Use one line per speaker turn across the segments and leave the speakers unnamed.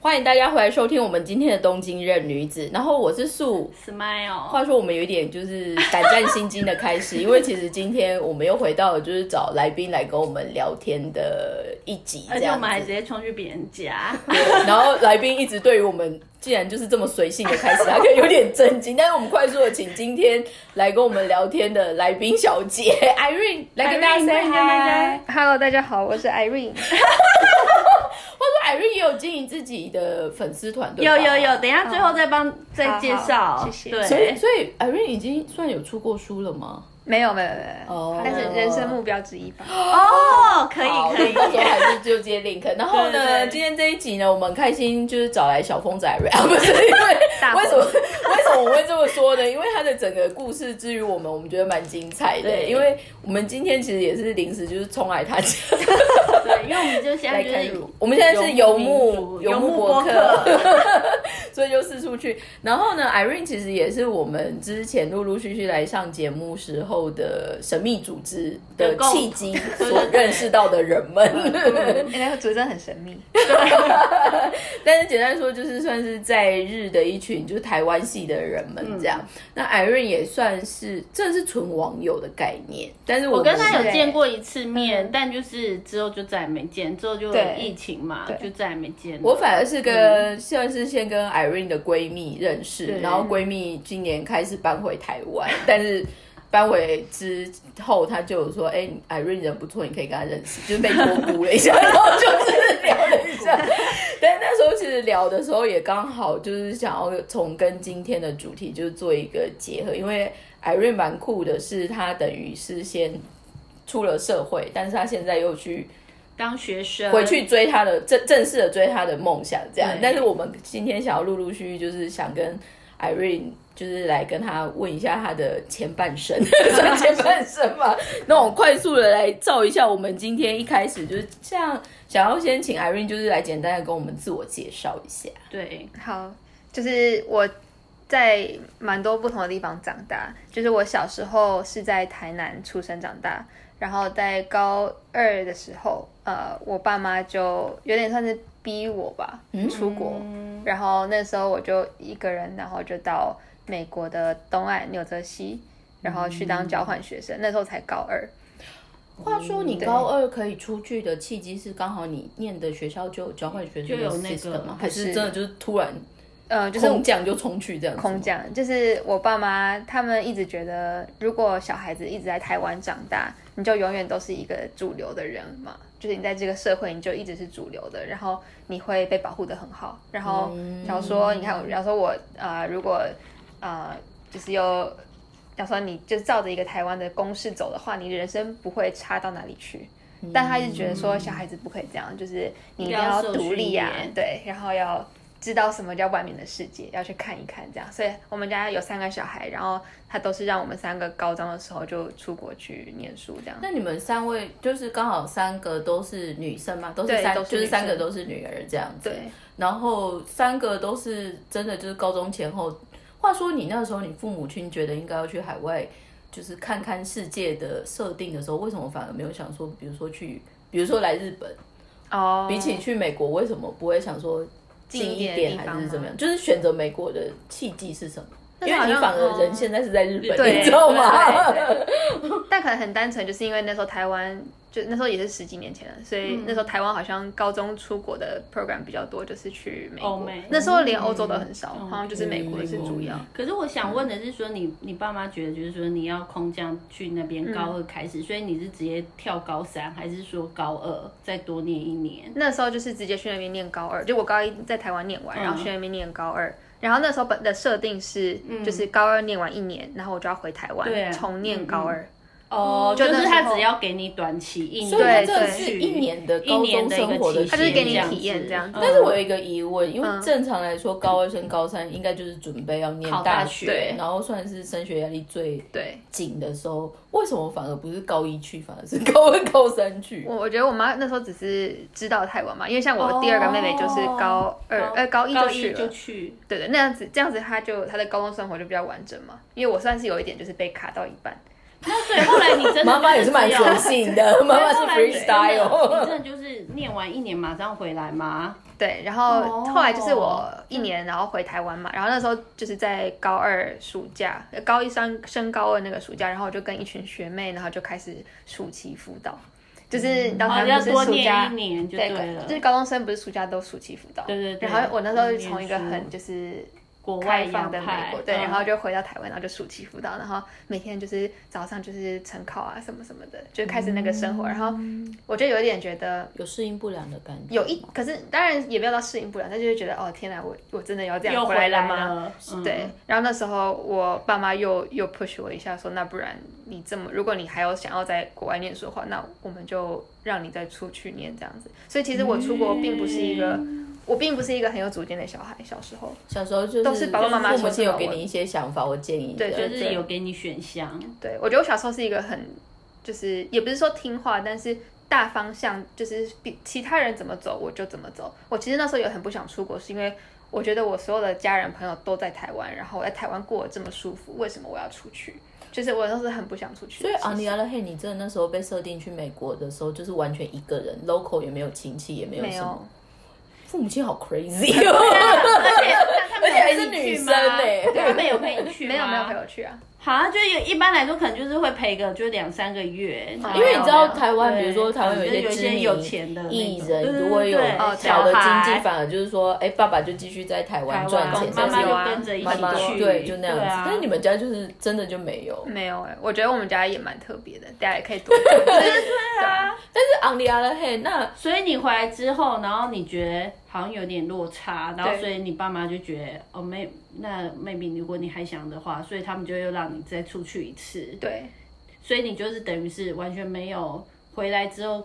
欢迎大家回来收听我们今天的《东京任女子》，然后我是素。
Smile，
话说我们有一点就是胆战心惊的开 始，因为其实今天我们又回到了就是找来宾来跟我们聊天的一集，
而
这
且我
样
们还直
子。
接冲去别人 家，
然后来宾一直对于我们竟然就是这么随性的开始，他可能有点震惊。但是我们快速的请今天来跟我们聊天的来宾小 姐 Irene 来哎跟大家
Irene，
say
跟大
hi
家。
Hello，大家好，我是 Irene。
话说 Irene 也有经营自己的粉丝团队吧，
有有有，等一下最后再帮再介
好
绍
谢，谢
所以
对，
所以 Irene 已经算有出过书了吗？
没有没有没有没有，
哦
但是人生目标之一吧。
哦，可
好，
以可以，
到时候还是就接 link。然后
对
呢，
对
今天这一集呢，我们开心就是找来小风仔 瑞啊，不是因为
大风
为什么为什么我会这么说呢？因为他的整个故事之于我们，我们觉得蛮精彩的。
对
因为我们今天其实也是临时就是冲来他家
对，因为我们就现在
来
就
开
是
录，我们现在是游牧
游牧
牧
播
博
客，
所以就四处去。然后呢，Irene 其实也是我们之前陆陆续续来上节目时候的神秘组织的
的共
契机
对嗯
所认识到的人们。
哎那个主持人很神秘，
但是简单说，就是算是在日的一群就是台湾系的人们这样。
嗯
那 Irene 也算是，这是纯网友的概念，但是我
我跟他
们
有见过一次
嗯
面，但就是之后就再也没见，之后就
对
疫情嘛，
对
就再也没见了。
我反而是跟、算是先跟 Irene 的闺蜜认识，
对
然后闺蜜今年开始搬回台湾， 但是搬回之后，她就有说：“哎、i r e n e 人不错，你可以跟她认识。”就是被托孤了一下，然后就是聊了一下。但是那时候其实聊的时候也刚好就是想要从跟今天的主题就是做一个结合，因为 Irene 蛮酷的是，她等于是先出了社会，但是她现在又去。
当学生
回去追他的正正式的追他的梦想这样
对。
但是我们今天想要陆陆续续就是想跟 Irene。就是来跟他问一下他的前半生，算前半生吧。那我快速的来照一下，我们今天一开始就是这样，想要先请 Irene 就是来简单的跟我们自我介绍一下。
对，
好，就是我在蛮多不同的地方长大，就是我小时候是在台南出生长大，然后在高二的时候，呃，我爸妈就有点算是逼我吧，出国，然后那时候我就一个人，然后就到美国的东岸纽泽西，然后去当交换学生，那时候才高二。
话说你高二可以出去的契机是刚好你念的学校就有交换学生
就有那个
system 吗？还是
是
真的就是突然
呃，就是
空降就冲去这样子吗？
空降，就是我爸妈他们一直觉得，如果小孩子一直在台湾长大，你就永远都是一个主流的人嘛，就是你在这个社会你就一直是主流的，然后你会被保护的很好。然后
嗯
假如说，你看，假如说我啊、呃如果啊、呃就是有，假如说你就照着一个台湾的公式走的话，你人生不会差到哪里去。但他就觉得说，小孩子不可以这样，就是你一定
要
要
受
独立啊
训练，
对，然后要知道什么叫外面的世界，要去看一看这样。所以我们家有三个小孩，然后他都是让我们三个高中的时候就出国去念书这样。
那你们三位就是刚好三个都是女生嘛，都是
对
三
都是
就是
女生
三个都是女儿这样子。
对，
然后三个都是真的就是高中前后。话说你那时候你父母亲觉得应该要去海外，就是看看世界的设定的时候，为什么反而没有想说，比如说去，比如说来日本，
哦，
比起去美国，为什么不会想说近一
一点
点
的地方
还
吗
是怎么样？就是选择美国的契机是什么？因
是
为
好
你
像哦
反而人现在是在日本，
对
你知道吗？
对哦但可能很单纯，就是因为那时候台湾就那时候也是十几年前了，所以那时候台湾好像高中出国的 program 比较多，就是去美
欧
国
美。
那时候连欧洲都很少，好像就是
嗯
美国是主要。
可是我想问的是说你，你爸妈觉得就是说你要空降去那边高二开始，所以你是直接跳高三，还是说高二再多念一年？
那时候就是直接去那边念高二，就我高一在台湾念完，
嗯
然后去那边念高二。然后那时候本的设定是，就是高二念完一年，然后我就要回台
嗯
湾
对啊
重念高二。
哦
就
就那
是
时候
他只要给你短期一年，
所以它
对
这
对
是一年的
一
高
年
中
的一
生活
个
的
期
体
它
验，
就是给你
这样子
体验这样子
但是我有
嗯
一个疑问，因为正常来说，高二升高三应该就是准备要念
考大
大
学
然后算是升学压力最
对
紧的时候，为什么反而不是高一去，反而是高二、高三去？
我，
嗯
我觉得我妈那时候只是知道台湾嘛，因为像我第二个妹妹就是高二，呃，高一
哦高
就
一
去
就
了。
去，
对对，那样子这样子，她就她的高中生活就比较完整嘛。因为我算是有一点就是被卡到一半，
那所以后来你 真的
妈妈也是蛮
就是只有
随性 的，
啊
妈妈是
后来你真的
freestyle
你。真的就是念完一年马上回来吗？
对，然后
哦嗯
后来就是我一年，然后回台湾嘛，然后那时候就是在高二暑假，呃高一上升高二那个暑假，然后我就跟一群学妹，然后就开始暑期辅导，就是到
哦，
台湾
要
不
多
是暑
念
假
一，年就
对，
了，
就是高中生不是暑假都暑期辅导，
对对对
然后我那时候就从一个
念
很
书
就是
国外
开放的
洋
美
派
国，对，
嗯
然后就回到台湾，然后就暑期辅导，然后每天就是早上就是晨考啊什么什么的，就开始那个生活，
嗯
然后我就有点觉得
有适应不良的感觉，
有一，可是当然也没有到适应不了，但就是觉得哦，天哪，我我真的要这样
又
回
来
了吗？
了，嗯
对，然后那时候我爸妈又又 push 我一下，说那不然你这么，如果你还有想要在国外念书的话，那我们就让你再出去念这样子。所以其实我出国并不是一个，我并不是一个很有主见的小孩。小时候，
小时候就是
都是爸爸妈妈
父母亲有
说什
给
么
你一些想法或建议的，
对
就
对
是有给你 选项，
对我觉得我小时候是一个很，就是也不是说听话，但是大方向就是比其他人怎么走我就怎么走。我其实那时候也很不想出国，是因为我觉得我所有的家人朋友都在台湾，然后我在台湾过得这么舒服，为什么我要出去？就是我那时候很不想出去。
所以
其实
啊，你 other hand，你真的那时候被设定去美国的时候，就是完全一个人，local 也没有亲戚，也没有
没
什
有
么。，父母亲好 crazy 哦，
而且他们
而且还
有
是
陪你
女
去
生
吗？
欸
他们有陪你去吗？
没有没有陪我去啊。
好，就有一般来说，可能就是会陪个就两三个月，
哦
因为你知道台湾，
对
比如说台湾有
就是
一
有一
些知
些
名
有钱的那种
艺
对对
人，如果有
对
哦
好的
小孩
经济，反而就是说，哎，爸爸就继续在台湾
台
赚钱，
湾
但
妈妈
是
有
就
啊
跟着一
妈妈
起去，
对，就那样子
对啊。。
但是你们家就是真的就没有。
没有哎、我觉得我们家也蛮特别的，大家也可以多看。就是对啊，
但是 on the other hand，那
所以你回来之后，然后你觉得好像有点落差，然后
对
所以你爸妈就觉得哦，没，那 maybe 如果你还想的话，所以他们就又让你再出去一次，
对
所以你就是等于是完全没有回来之后，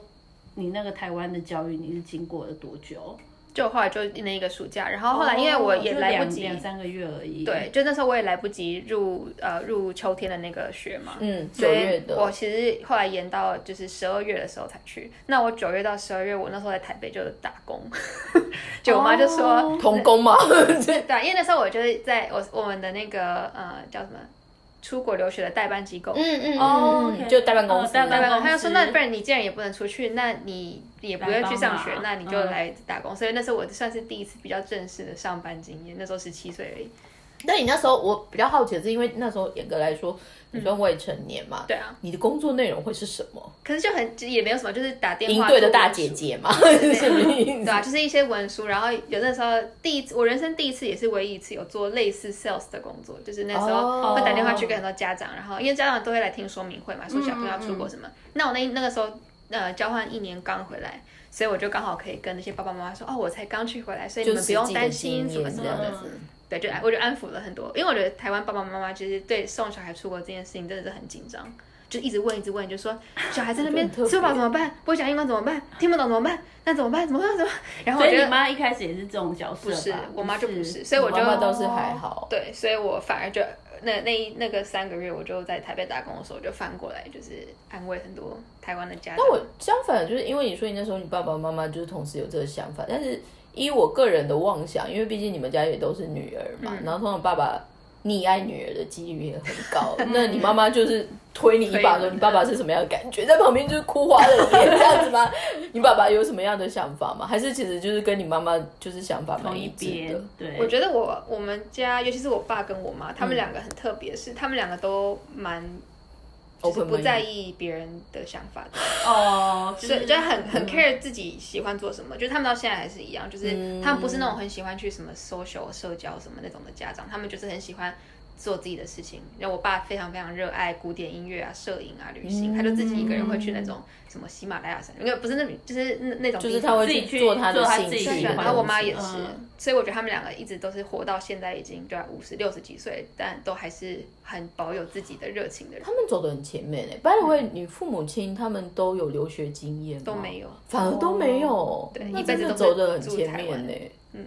你那个台湾的教育你是经过了多久？
就后来就那一个暑假，然后后来因为我也
哦就
来不
两
及，
两三个月而已，
对，就那时候我也来不及入呃入秋天的那个学嘛，
嗯，九
所以
月的
我其实后来延到就是十二月的时候才去。那我九月到十二月，我那时候在台北就打工， 就我妈就说，
哦
童工 嘛，
嗯
对啊，因为那时候我就是在我我们的那个呃叫什么出国留学的代办机构。
嗯嗯
哦
嗯，
，OK
就代办公
哦
司，
代办公
代办，
司
他就说：“那嗯不然你既然也不能出去，那你也不
来
会
帮
去上学
忙，
那你就来打工。所以那时候我算是第一次比较正式的上班经验，那时候十七岁而已。
那你那时候我比较好奇的是，因为那时候严格来说，你
嗯
算未成年嘛，
对啊，
你的工作内容会是什么？
啊
可是就很也没有什么，就是打电
营
话
队的
做
大
文
姐
书
姐嘛， 是什么意
对
思？
啊，就是一些文书，然后有那时候第一次，我人生第一次也是唯一一次有做类似 sales 的工作，就是那时
哦嗯
候会打电话去跟很多家长，然后因为家长都会来听说明会嘛，说小朋友要出国什么。那我那那个时候呃交换一年刚回来，所以我就刚好可以跟那些爸爸妈妈说，哦，我才刚去回来，所以你
就
们
实
不
际
用
的嗯
担
经
心什么
验
什
这
么
样
的。
子。
对，就安哎我就安抚了很多，因为我觉得台湾爸爸妈妈其实对送小孩出国这件事情真的是很紧张，就一直问一直问，就说小孩在 那边
就很特别
吃不饱怎么办，不会讲英文怎么办，听不懂怎么办，那怎么办？怎么办？怎么办？然后
所
我
以
觉
你
得
妈一开始也是这种角色
不
吧，
是，我妈就不是，所以
你
我就
妈妈倒是还好，
对，所以我反而就那那一那个三个月，我就在台北打工的时候，我就翻过来就是安慰很多台湾的家长。
但我相反，就是因为你说你那时候你爸爸妈妈就是同时有这个想法，但是依我个人的妄想，因为毕竟你们家也都是女儿嘛，
嗯
然后通常爸爸溺爱女儿的几率也很 高，那你妈妈就是推你一把，说你爸爸是什么样的感觉，在旁边就是哭花了脸这样子吗？ 你爸爸有什么样的想法吗？还是其实就是跟你妈妈就是想法蛮
同
一
一
致
边
的？，
对，
我觉得我我们家，尤其是我爸跟我妈，他们两个很特别，是他们两个都蛮就是不
Open-minded
在意别人的想法的，
哦，
所以就很
嗯
很 care 自己喜欢做什么。就是他们到现在还是一样，
嗯
就是他们不是那种很喜欢去什么 social 社交什么那种的家长，他们就是很喜欢做自己的事情。然后我爸非常非常热爱古典音乐啊、摄影啊、旅行，他就自己一个人会去那种什么喜马拉雅山，因为不是那种就是那那种
嗯就
地
是
方
他会
自己
去
去
做他的
做他
兴
自己
趣
喜
的东西，
欢的
然后我妈也是
嗯，
所以我觉得他们两个一直都是活到现在已经对啊五十六十几岁，但都还是很保有自己的热情的人
他。们走得很前面诶。By the way，你父母亲他们都有留学经验吗
都没有
反而呃都没有，
对
那
一辈
真
子
的
都是
走得很
住
前
台
面
湾
呢。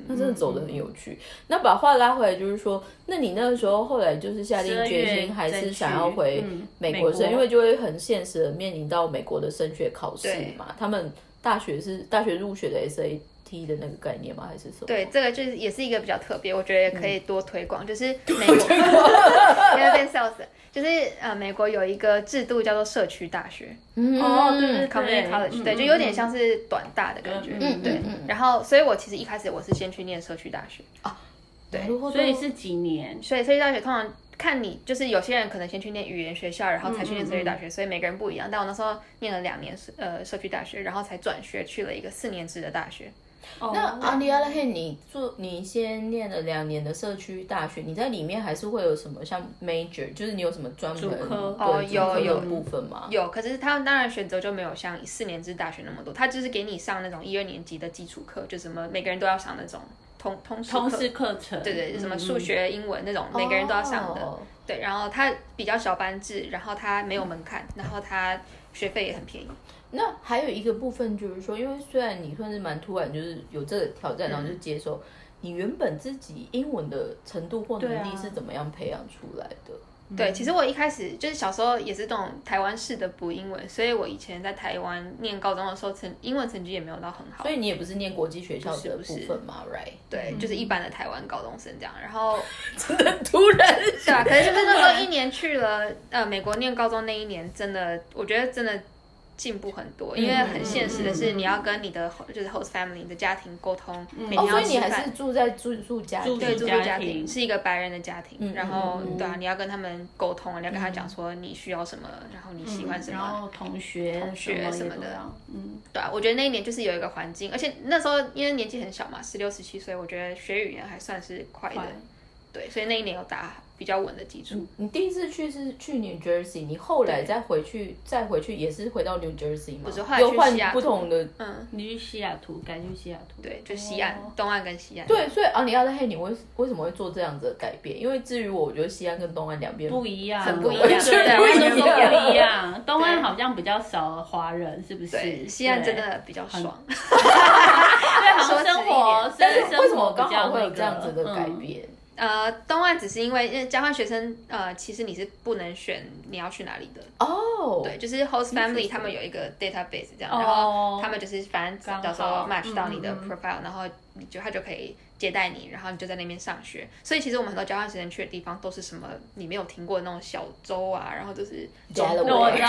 那真的走得很有趣。那把话拉回来，就是说，那你那个时候后来就是下定
12
决
月
心，还是
再
想
去
要回
嗯
美
美
国生，
国
因为就会很现实的面临到美国的升学考试
对
嘛。他们大学是大学入学的 SAT 的那个概念吗？还是什么？
对，这个就是也是一个比较特别，我觉得也可以多推广，
嗯
就是 美国不 要变 sales，就是呃，美国有一个制度叫做社区大学
嗯，
哦对对
（community college），
嗯
对，就有点像是短大的感觉，
嗯嗯
对
嗯嗯。
然后，所以我其实一开始我是先去念社区大学，
哦
なるほど
所以是几年？
所以社区大学通常看你，就是有些人可能先去念语言学校，然后才去念社区
嗯
大学，所以每个人不一样。但我那时候念了两年社呃社区大学，然后才转学去了一个四年制的大学。
那
哦
on the other hand，你啊做你先念了两年的社区大学，你在里面还是会有什么像 major，就是你有什么专门
主科
对
哦
主
有
科的
有
部分吗？
有，可是他当然选择就没有像四年制大学那么多，他就是给你上那种一二年级的基础课，就什么每个人都要上那种通通识
通
课，
识课程，
对对，就什么数
嗯
学、英文那种，每个人都要上的。
哦
对，然后它比较小班制，然后它没有门
嗯
槛，然后它学费也很便宜。
那还有一个部分就是说，因为虽然你算是蛮突然，就是有这个挑战，然
嗯
后就接受。你原本自己英文的程度或能
对
力
啊
是怎么样培养出来的？
对，其实我一开始就是小时候也是这种台湾式的补英文，所以我以前在台湾念高中的时候成英文成绩也没有到很好，
所以你也不是念国际学校的
不
部
是不是
分嘛，right？
对，就是一般的台湾高中生这样。然后
真的 突然，
对啊，可是就 是那时候一年去了呃美国念高中那一年，真的我觉得真的进步很多，因为
嗯
很现实的是你要跟你的就是 host family 你的家庭沟通，每天
哦，所
要
以你
吃
还
饭
是。住在住宿家庭，
住
对，
宿
住宿
家
家
庭
庭是一个白人的家庭，
嗯
然后、
嗯嗯嗯
对啊，你要跟他们沟通，你要跟他讲说你需要什么，然后你喜欢什么，
然后同学、同
学什么的，
嗯，
对啊，我觉得那一年就是有一个环境，而且那时候因为年纪很小嘛，十六十七岁，我觉得学语言还算是快的，
快
对，所以那一年有打比较稳的基础。
你第一次去是去 New Jersey，你后来再回去，再回去也是回到 New Jersey 吗？
不是后来去嗯
又换
西雅
不
图
同的。
你去西雅图，改去西雅图，
对，就西岸、
哦
东岸跟西岸。
对，所以啊，你要在黑，你为为什么会做这样子的改变？因为至于我，我觉得西安跟东安两边
不一样，
很不一样
完全
对
完全
不
不
一样
一样。东岸好像比较少华人，是不是？
对，嗯西岸真的比较爽。
对，好像生
说直一点
活，
但是
生
为什
活
么刚
比较
好会有
那
这样子的
个
改？
嗯
变？
呃，东岸只是因为因为交换学生，呃，其实你是不能选你要去哪里的。
哦，
对，就是 host family 他们有一个 database 这样，
哦
然后他们就是反正
刚
到时候
好
match 到你的
嗯嗯
profile，、然后你就他就可以接待你，然后你就在那边上学。所以其实我们很多交换学生去的地方都是什么你没有听过的那种小州啊，然后就是中部
Delaware
嗯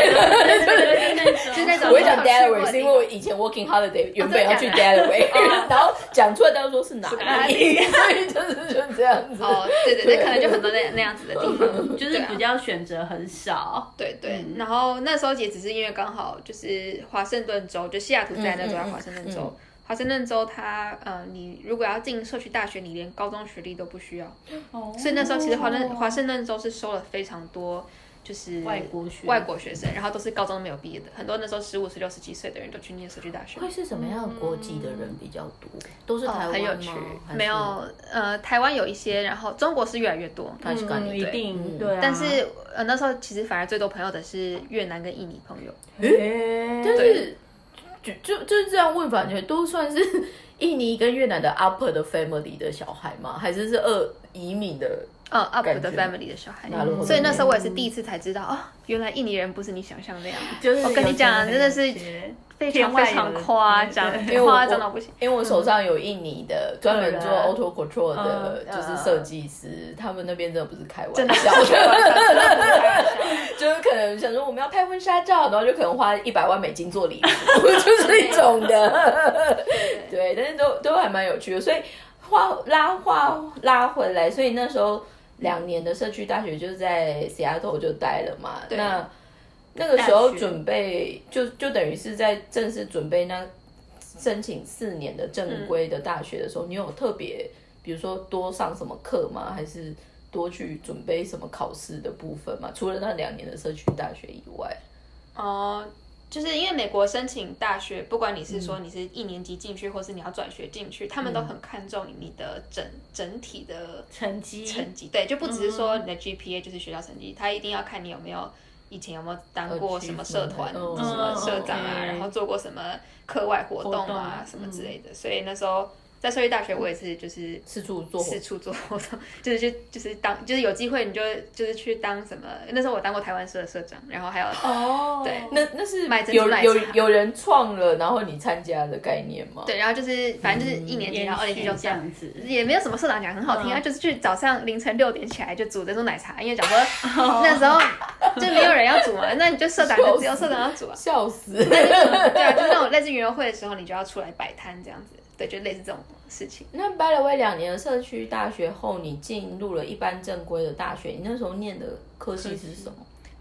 那我知道，就
就
是
那种
我会讲
没有去过
Delaware
的地哦方
是因为我以前 working holiday 原本要去
真的假
Delaware，、然 后讲出来，大家说是哪
哦哪
里， 所以就是就这样子。
哦，对对对，可能就很多那那样子的地方，
就是比较选择很少，
对对，
嗯
然后那时候也只是因为刚好就是华盛顿州，就西雅图在那州
嗯
叫华盛顿州。华盛顿州它，呃，你如果要进社区大学，你连高中学历都不需要。
哦
所以那时候其实华
嗯
盛华盛顿州是收了非常多就是
外国学
外国学生，然后都是高中没有毕业的，很多那时候十五、十六、十七岁的人都去念社区大学。
会是什么样的国籍的人比较多？都是
哦
台湾吗？
很有趣
还，是
没有呃，台湾有一些，然后中国是越来越多，
还是干
嗯，
你
一
对
定
嗯
对啊。
但是呃那时候其实反而最多朋友的是越南跟印尼朋友。
诶，
但是就就就是这样问法，感觉都算是 印尼跟越南的 upper 的 family 的小孩吗？还是是二移民的？
呃 up
感
的
觉
family 的小孩
なるほ，ど
所以那时候我也是第一次才知道哦，原来印尼人不是你想象那样，
就是
我跟你讲啊
有
真的是
这种
非
天
常
外
非常
有人
夸张
对，
因为我
夸张到不行。
因为我手上有印尼的专门做
对啊
auto control 的，
嗯
就是设计师，他们那边真的不是开玩
真的
笑
是
的，
对
就是可能想说我们要拍婚纱照，然后就可能花一百万美金做礼服，就是 这种的。对，但是都都还蛮有趣的，所以话拉话拉回来，所以那时候两年的社区大学就在 Seattle 就待了嘛。
对
那那个时候
大学
准备就就等于是在正式准备那申请四年的正规的大学的时候，你有特别比如说多上什么课吗？还是多去准备什么考试的部分吗？除了那两年的社区大学以外，
哦，就是因为美国申请大学，不管你是说你是一年级进去，或是你要转学进去，他们都很看重你的整整体的
成绩
成绩，对，就不只是说你的 GPA 就是学校成绩，他一定要看你有没有以前有没有当过什么社团、
嗯
什么社长啊，
嗯
然后做过什么课外活动
活动嗯
啊，什么之类的。所以那时候在社会大学，我也是就是
四处做
四处做活动， 就是去就是当就是有机会你就就是去当什么？那时候我当过台湾社的社长，然后还有
哦，
对
那那是
买珍珠
有
奶茶
有有人创了，然后你参加的概念吗？
对，然后就是反正就是一年级，然后二年级就
嗯这
这样。
样子，
也没有什么社长讲很好听啊，
嗯
就是去早上凌晨六点起来就煮珍珠奶茶，因为讲说、那时候就没有人要煮嘛，那你就社长就只有社长要煮啊。
笑死！
对啊，就是那种类似园游会的时候，你就要出来摆摊这样子，对，就类似这种事情。
那 by the way，两年的社区大学后，你进入了一般正规的大学，你那时候念的科系是什么？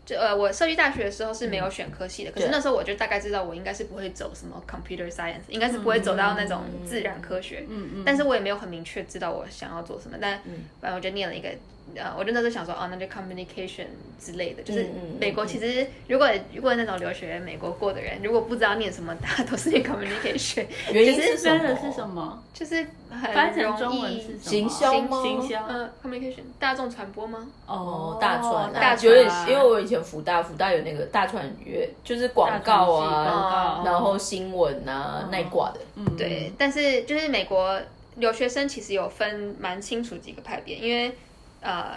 就呃，我社区大学的时候是没
嗯
有选科系的，可是那时候我就大概知道我应该是不会走什么 computer science，应该是不会走到那种
嗯
自然科学。嗯嗯。但是我也没有很明确知道我想要做什么，但
嗯
反正我就念了一个。呃，我就那时候想说，哦，那就 communication 之类的，就是
嗯嗯嗯
美国
嗯
其实如果如果那种留学美国过的人，如果不知道念什么，大家都是念 communication，
原因
其
是什
实
真
么？
的是什？么？
就是
翻
很
成
容
中文
易
是什么？
行销吗
行销
呃 communication 大众传播吗？
哦，大传、啊，
大
觉得
传
因为我以前福大，福大有那个大传乐，就是广告
嗯
啊，
广告
然后新闻啊那一挂
哦
的。嗯，
对，但是就是美国留学生其实有分蛮清楚几个派别，因为呃，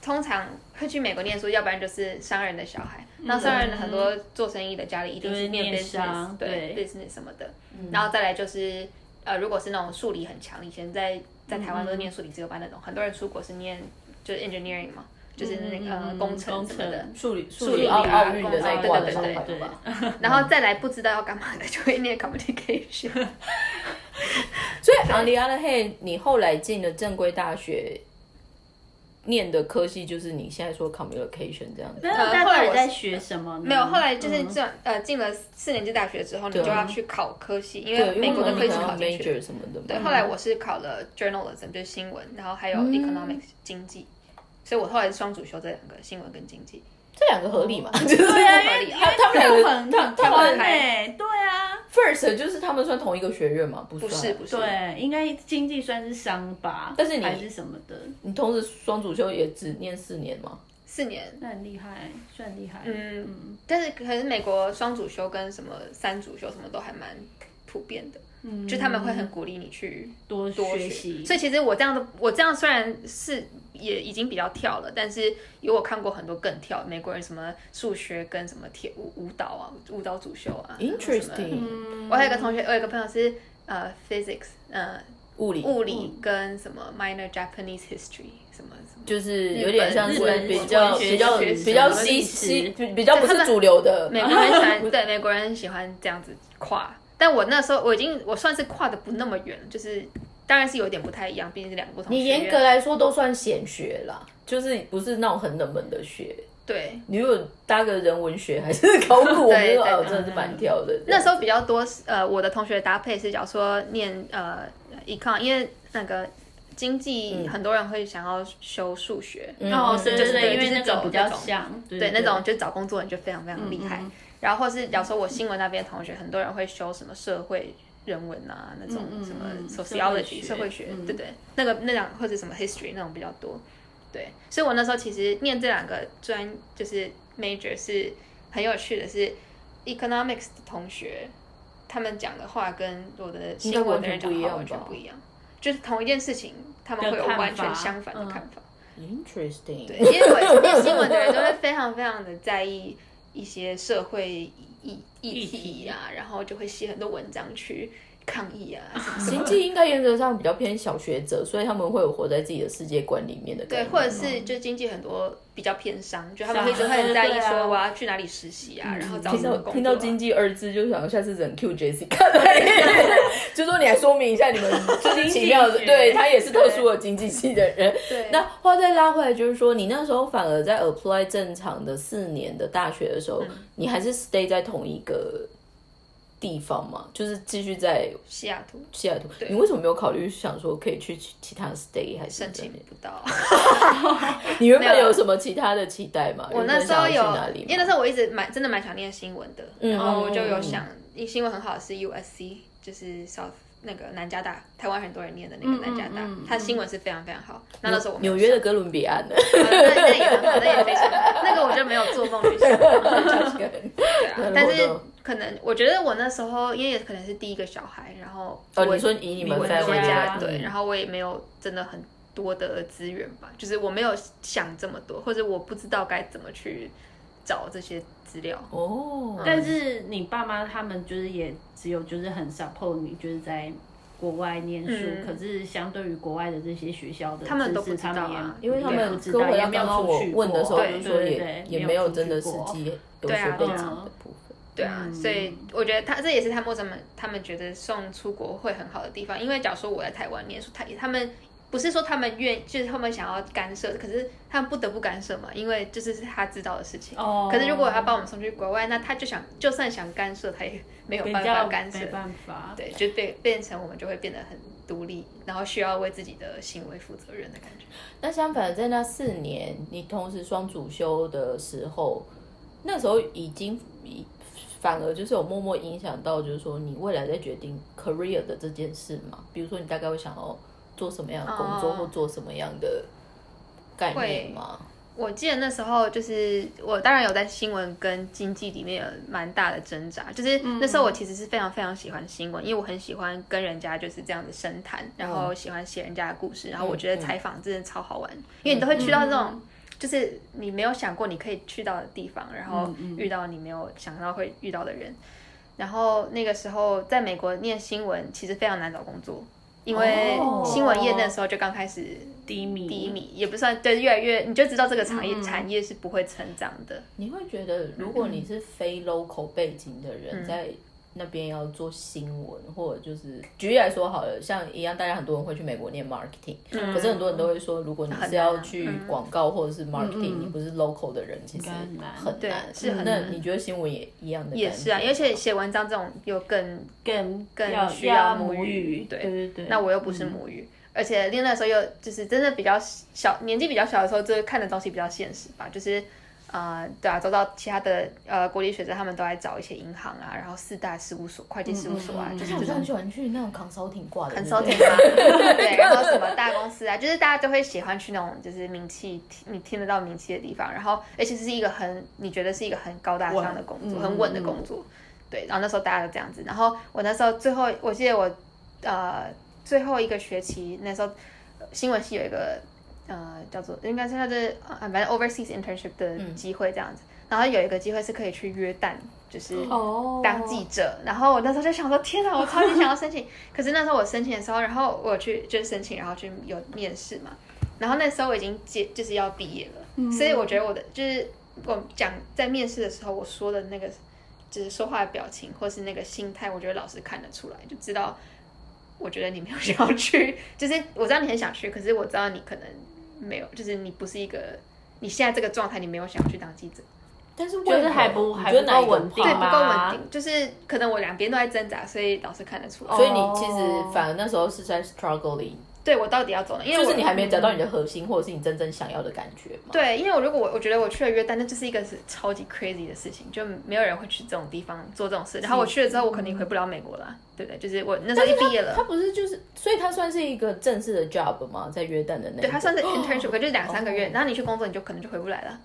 通常会去美国念书，要不然就是商人的小孩。那商人的很多做生意的家里一定是念
嗯就是念
business，
商
对
对嗯
business 什么的。然后再来就是呃，如果是那种数理很强，以前在在台湾都是念数理自由班那种，很多人出国是念就是 engineering 嘛，就是那个、呃
嗯
工程什么的。
工
数理数
数
理
理
奥
啊
奥运的那一挂的
对
小
对
朋
哦对
友吧。
然后再来不知道要干嘛的，就会念 communication。
所以嗯 on the other hand，你后来进了正规大学，念的科系就是你现在说 communication 这样子。
那
后来
到底
我
在
是
学什么呢？嗯
没有，哦后
嗯
来就是这样，呃，进了四年级大学之后，你就要去考科系，因为
啊对，因为
美国的
你
科系
可
是考
能
进去的。
major 什么的嘛。
对，后来我是考了 journalism，就是新闻，然后还
嗯
有 economics 经济，所以我后来是双主修这两个新闻跟经济。
这两个合理嘛？就是
对啊，因
合
为
理啊
因为
他们两个
很
他他
们
很哎，对啊，
first 就是他们算同一个学院嘛？不
不
算
是不是，
对，应该经济算是商吧，
但是你
还是什么的，
你同时双主修也只念四年嘛？
四年。
那很厉害，算厉害，
嗯，但是可是美国双主修跟什么三主修什么都还蛮普遍的，
嗯
就他们会很鼓励你去
多
多
学习，
所以其实我这样的，我这样虽然是也已经比较跳了，但是有我看过很多更跳，美国人什么数学跟什么跳舞舞蹈啊，舞蹈主修啊。什么
Interesting，、
嗯
我还有一个同学，我有一个朋友是呃 physics，呃
物理
物理跟什么 minor Japanese history 什么什么。
就是有点像是
日本
比较
日本
比较
学
比较
学
西
历
西
史
比比较不是主流的。啊
美国人喜欢 对美国人喜欢这样子跨，但我那时候我已经我算是跨的不那么远，就是当然是有点不太一样，毕竟是两个不同学
你
院。啊
严格来说都算显学啦，就是不是那种很冷门的学。
对，
你如果搭个人文学还是考古，我觉
对
得
对
哦
对
真的是蛮挑的。
那时候比较多是，呃，我的同学搭配是，假如说念呃 econ，因为那个经济很多人会想要修数学，
哦，对对
是
对，因为
就是
那个
走
比较
那种
像，对对
对，
嗯
那种就找工作你就非常非常厉害。然后或是假如说我新闻那边同学，很多人会修什么社会。人文啊，那种
嗯嗯
什么
嗯
sociology
社
社
会
会
学嗯
学，对对，那个那两或者什么 history 那种比较多，对，所以我那时候其实念这两个专就是 major 是很有趣的是 economics 的同学，他们讲的话跟我的
应该
新闻
完
的
全
人讲
不一
的
样
话完全
吧
不一样，就是同一件事情，他们
的
会有
看
完全
法
相反的
嗯
看法。
Interesting，
对，因为我念新闻的人都会非常非常的在意一些社会议议
议
题
题
啊，然后就会写很多文章去抗议啊什么什
经
么
济应该原则上比较偏小学者，所以他们会有活在自己的世界观里面的概
对，
念。
或者是就经济很多比较偏 商，就他们会一直会很在意说我要去哪里实习啊，然后找
听
什么
到
工
听
作
到
啊。
经济二字，就想下次整 Q Jessica 来， 就说你来说明一下你们就是奇妙的，
经济学
对他也是特殊的经济系的人。
对
那话再拉回来，就是说你那时候反而在 apply 正常的四年的大学的时
嗯
候，你还是 stay 在同一个地方嘛，就是继续在
西雅图
西雅图。你为什么没有考虑想说可以去其其他 stay 还是
申
怎
请
么样？
不到。
你原
没
本
有
有什么其他的期待吗？
我那时候
原本想要去哪
有，
里吗？嗯
因为那时候我一直蛮真的蛮想念新闻的，然后我就有想，一新闻很好的是 USC，就是 South 那个南加大，台湾很多人念的那个南加大，
嗯嗯嗯
它的新闻是非常非常好。那那时候我没有
纽约的
上，
哥伦比亚呢？
啊那那也很好，那也非常好，那个我就没有做梦去 想。对啊，但是可能我觉得我那时候，因为也可能是第一个小孩，然后
哦，
我
你说以你们
我
在
回
回
家
家，
对，然
后
后我也没有真的很多的资源吧，就是我没有想这么多，或者我不知道该怎么去找这些资料。
哦，
但是你爸妈他们就是也只有就是很 support 你，就是在国外念书，
嗯
可是相对于国外的这些学校的
他们都
知识
不知道
他们
啊
也
因为他
也不
们
知
跟
道，
回
也
到
没有
刚刚
出
我
去
问的时候，
过
就说
对
也
对
也
没
没有
出
真的
去
实
过
际有
对啊
所被
对啊
长的部分。
对啊，
嗯
所以我觉得他这也是他们为什么他们觉得送出国会很好的地方，因为假如说我在台湾念书，他他们不是说他们愿，就是他们想要干涉，可是他们不得不干涉嘛，因为这是他知道的事情。
哦，
可是如果他把我们送去国外，那他就想就算想干涉，他也没有
比
办
较
法干涉
没。办法，
对，就变变成我们就会变得很独立，然后需要为自己的行为负责任的感觉。
那相反，在那四年，你同时双主修的时候，那时候已经已反而就是有默默影响到，就是说你未来在决定 career 的这件事嘛？比如说，你大概会想要做什么样的工作，
哦
或做什么样的概念吗？
我记得那时候就是我当然有在新闻跟经济里面有蛮大的挣扎，就是那时候我其实是非常非常喜欢新闻，因为我很喜欢跟人家就是这样子深谈，然后喜欢写人家的故事，然后我觉得采访真的超好玩，因为你都会去到这种。就是你没有想过你可以去到的地方，然后遇到你没有想到会遇到的人。然后那个时候在美国念新闻，其实非常难找工作，因为
哦
新闻业那时候就刚开始
低迷
低迷，也不算对，越来越你就知道这个产
嗯
业、产业是不会成长的。
你会觉得，如果你是非 local 背景的
嗯
人，在那边要做新闻，或者就是举例来说好了，像一样，大家很多人会去美国念 marketing，、可
嗯
是很多人都会说，如果你是
啊
要去广告或者是 marketing，、你
嗯
不是 local 的人，其实
该很难
很
对
难。
是很
那
难
你觉得新闻也一样的感觉？
也是啊，而且写文章这种又更
更
更
要
需要母
母
语对
对对对。
那我又不是母语，
嗯
而且另那时候又就是真的比较小，年纪比较小的时候，就是看的东西比较现实吧，就是。呃，对啊，走到其他的呃国立学者，他们都来找一些银行啊，然后四大事务所、会计事务所啊，
嗯嗯嗯
就是
像
这
我
种
很喜欢去那种 consulting 挂的
consulting
嗯对不对
啊，对，然后什么大公司啊，就是大家都会喜欢去那种就是名气，你听得到名气的地方，然后而且是一个很你觉得是一个很高大上的工作，
稳
很稳的工作，对。然后那时候大家都这样子，然后我那时候最后我记得我呃最后一个学期那时候呃新闻系有一个呃叫做应该是它的啊反正 overseas internship 的机会这样子，然后有一个机会是可以去约旦，就是
哦
当记者，然后我那时候就想说，天哪，我超级想要申请。可是那时候我申请的时候，然后我去就是申请，然后去有面试嘛。然后那时候我已经接就是要毕业了，所以我觉得我的就是我讲在面试的时候我说的那个，就是说话的表情或是那个心态，我觉得老师看得出来，就知道我觉得你没有想要去， 就是我知道你很想去，可是我知道你可能没有，就是你不是一个你现在这个状态，你没有想要去当记者。
但是
就是
为何
还不
你
还
觉得
不
哪
够
一个
稳定
怕
对，
吧
不够稳定，就是可能我两边都在挣扎，所以老师看得出来。
所以
以
你其实反而那时候是在 struggling，
对我到底要走哪？因为
就
我嗯
是你还没找到你的核心，或者是你真正想要的感觉嘛。
对，因为我如果我我觉得我去了约旦，那就是一个是超级 crazy 的事情，就没有人会去这种地方做这种事。然后我去了之后，我肯定回不了美国了，对不对？就是我那时候一毕业
他
了，
不是就是，所以他算是一个正式的 job 吗？在约旦的那一个
对，它算是 internship，可就是两三个
哦
月，然后你去工作，你就可能就回不来了。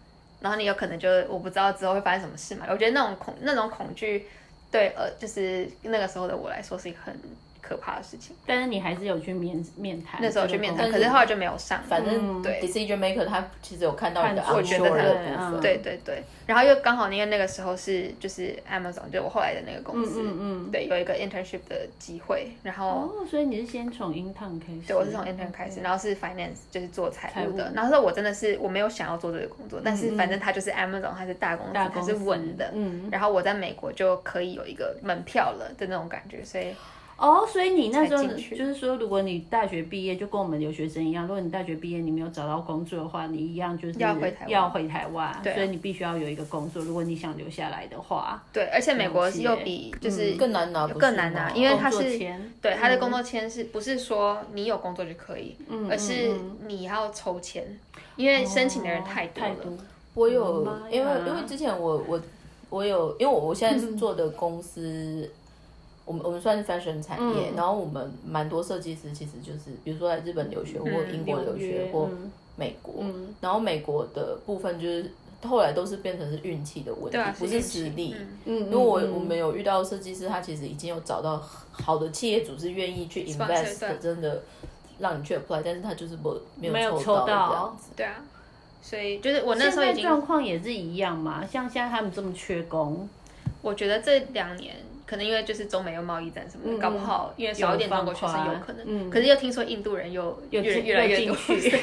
然后你有可能就我不知道之后会发生什么事嘛。我觉得那种恐那种恐惧，对呃，就是那个时候的我来说是一个很可怕的事情。
但是你还是有去面面谈，
那时候去面谈，
但
可
是
是后来就没有上。嗯
反正
对
嗯 decision maker 他其实有看到你的
看
onshore
出
我觉
的
得
部
他
分，
嗯
对对对，然后又刚好因为那个时候是就是 Amazon，就我后来的那个公司，
嗯嗯嗯
对，有一个 internship 的机会，然后、
哦，所以你是先从 intern 开始，
对我是从 intern 开始，然后是 finance 就是做财务的
嗯财，务嗯
然后那时候我真的是我没有想要做这个工作，但是反正它就是 Amazon，它是大公司，
大公
它是
司
稳的，
嗯
然后我在美国就可以有一个门票了的那种感觉，所以
哦，所以你那时候
才进去
就是说，如果你大学毕业，就跟我们留学生一样，如果你大学毕业你没有找到工作的话，你一样就是
要回台湾
要回台湾
对啊
所以你必须要有一个工作，如果你想留下来的话，
对，而且美国
了解
又比
嗯
就是、
更难拿，不是
更难拿
吗
因为它
工作
是
签
对，他的工作签是不是说你有工作就可以，
嗯
而是
嗯
你要抽签，因为申请的人太多
太
了。
多，
我有
妈，呀
因为因为之前我我我有，因为我我现在做的公司我们我们算是 fashion 产业，然后我们蛮多设计师其实就是，比如说来日本留学或英国留学或
嗯
美国，然后美国的部分就是后来都是变成是运气的问题，不是实力。
嗯，因
因为我我们有遇到设计师，他其实已经有找到好的企业主是愿意去 invest，
对
的真的让你去 apply，但是他就是不没
嗯没有
有
抽
抽到这
到
样子。，
对啊，所以就是我那
现
时候已
在
经，
状况也是一样嘛，像现在他们这么缺工，
我觉得这两年可能因为就是中美又贸易战什么的，搞不好因为少一点中国学生有可能，
嗯有放宽
可是又听说印度人又越
有进
越来越
有
多，
进
所以
去，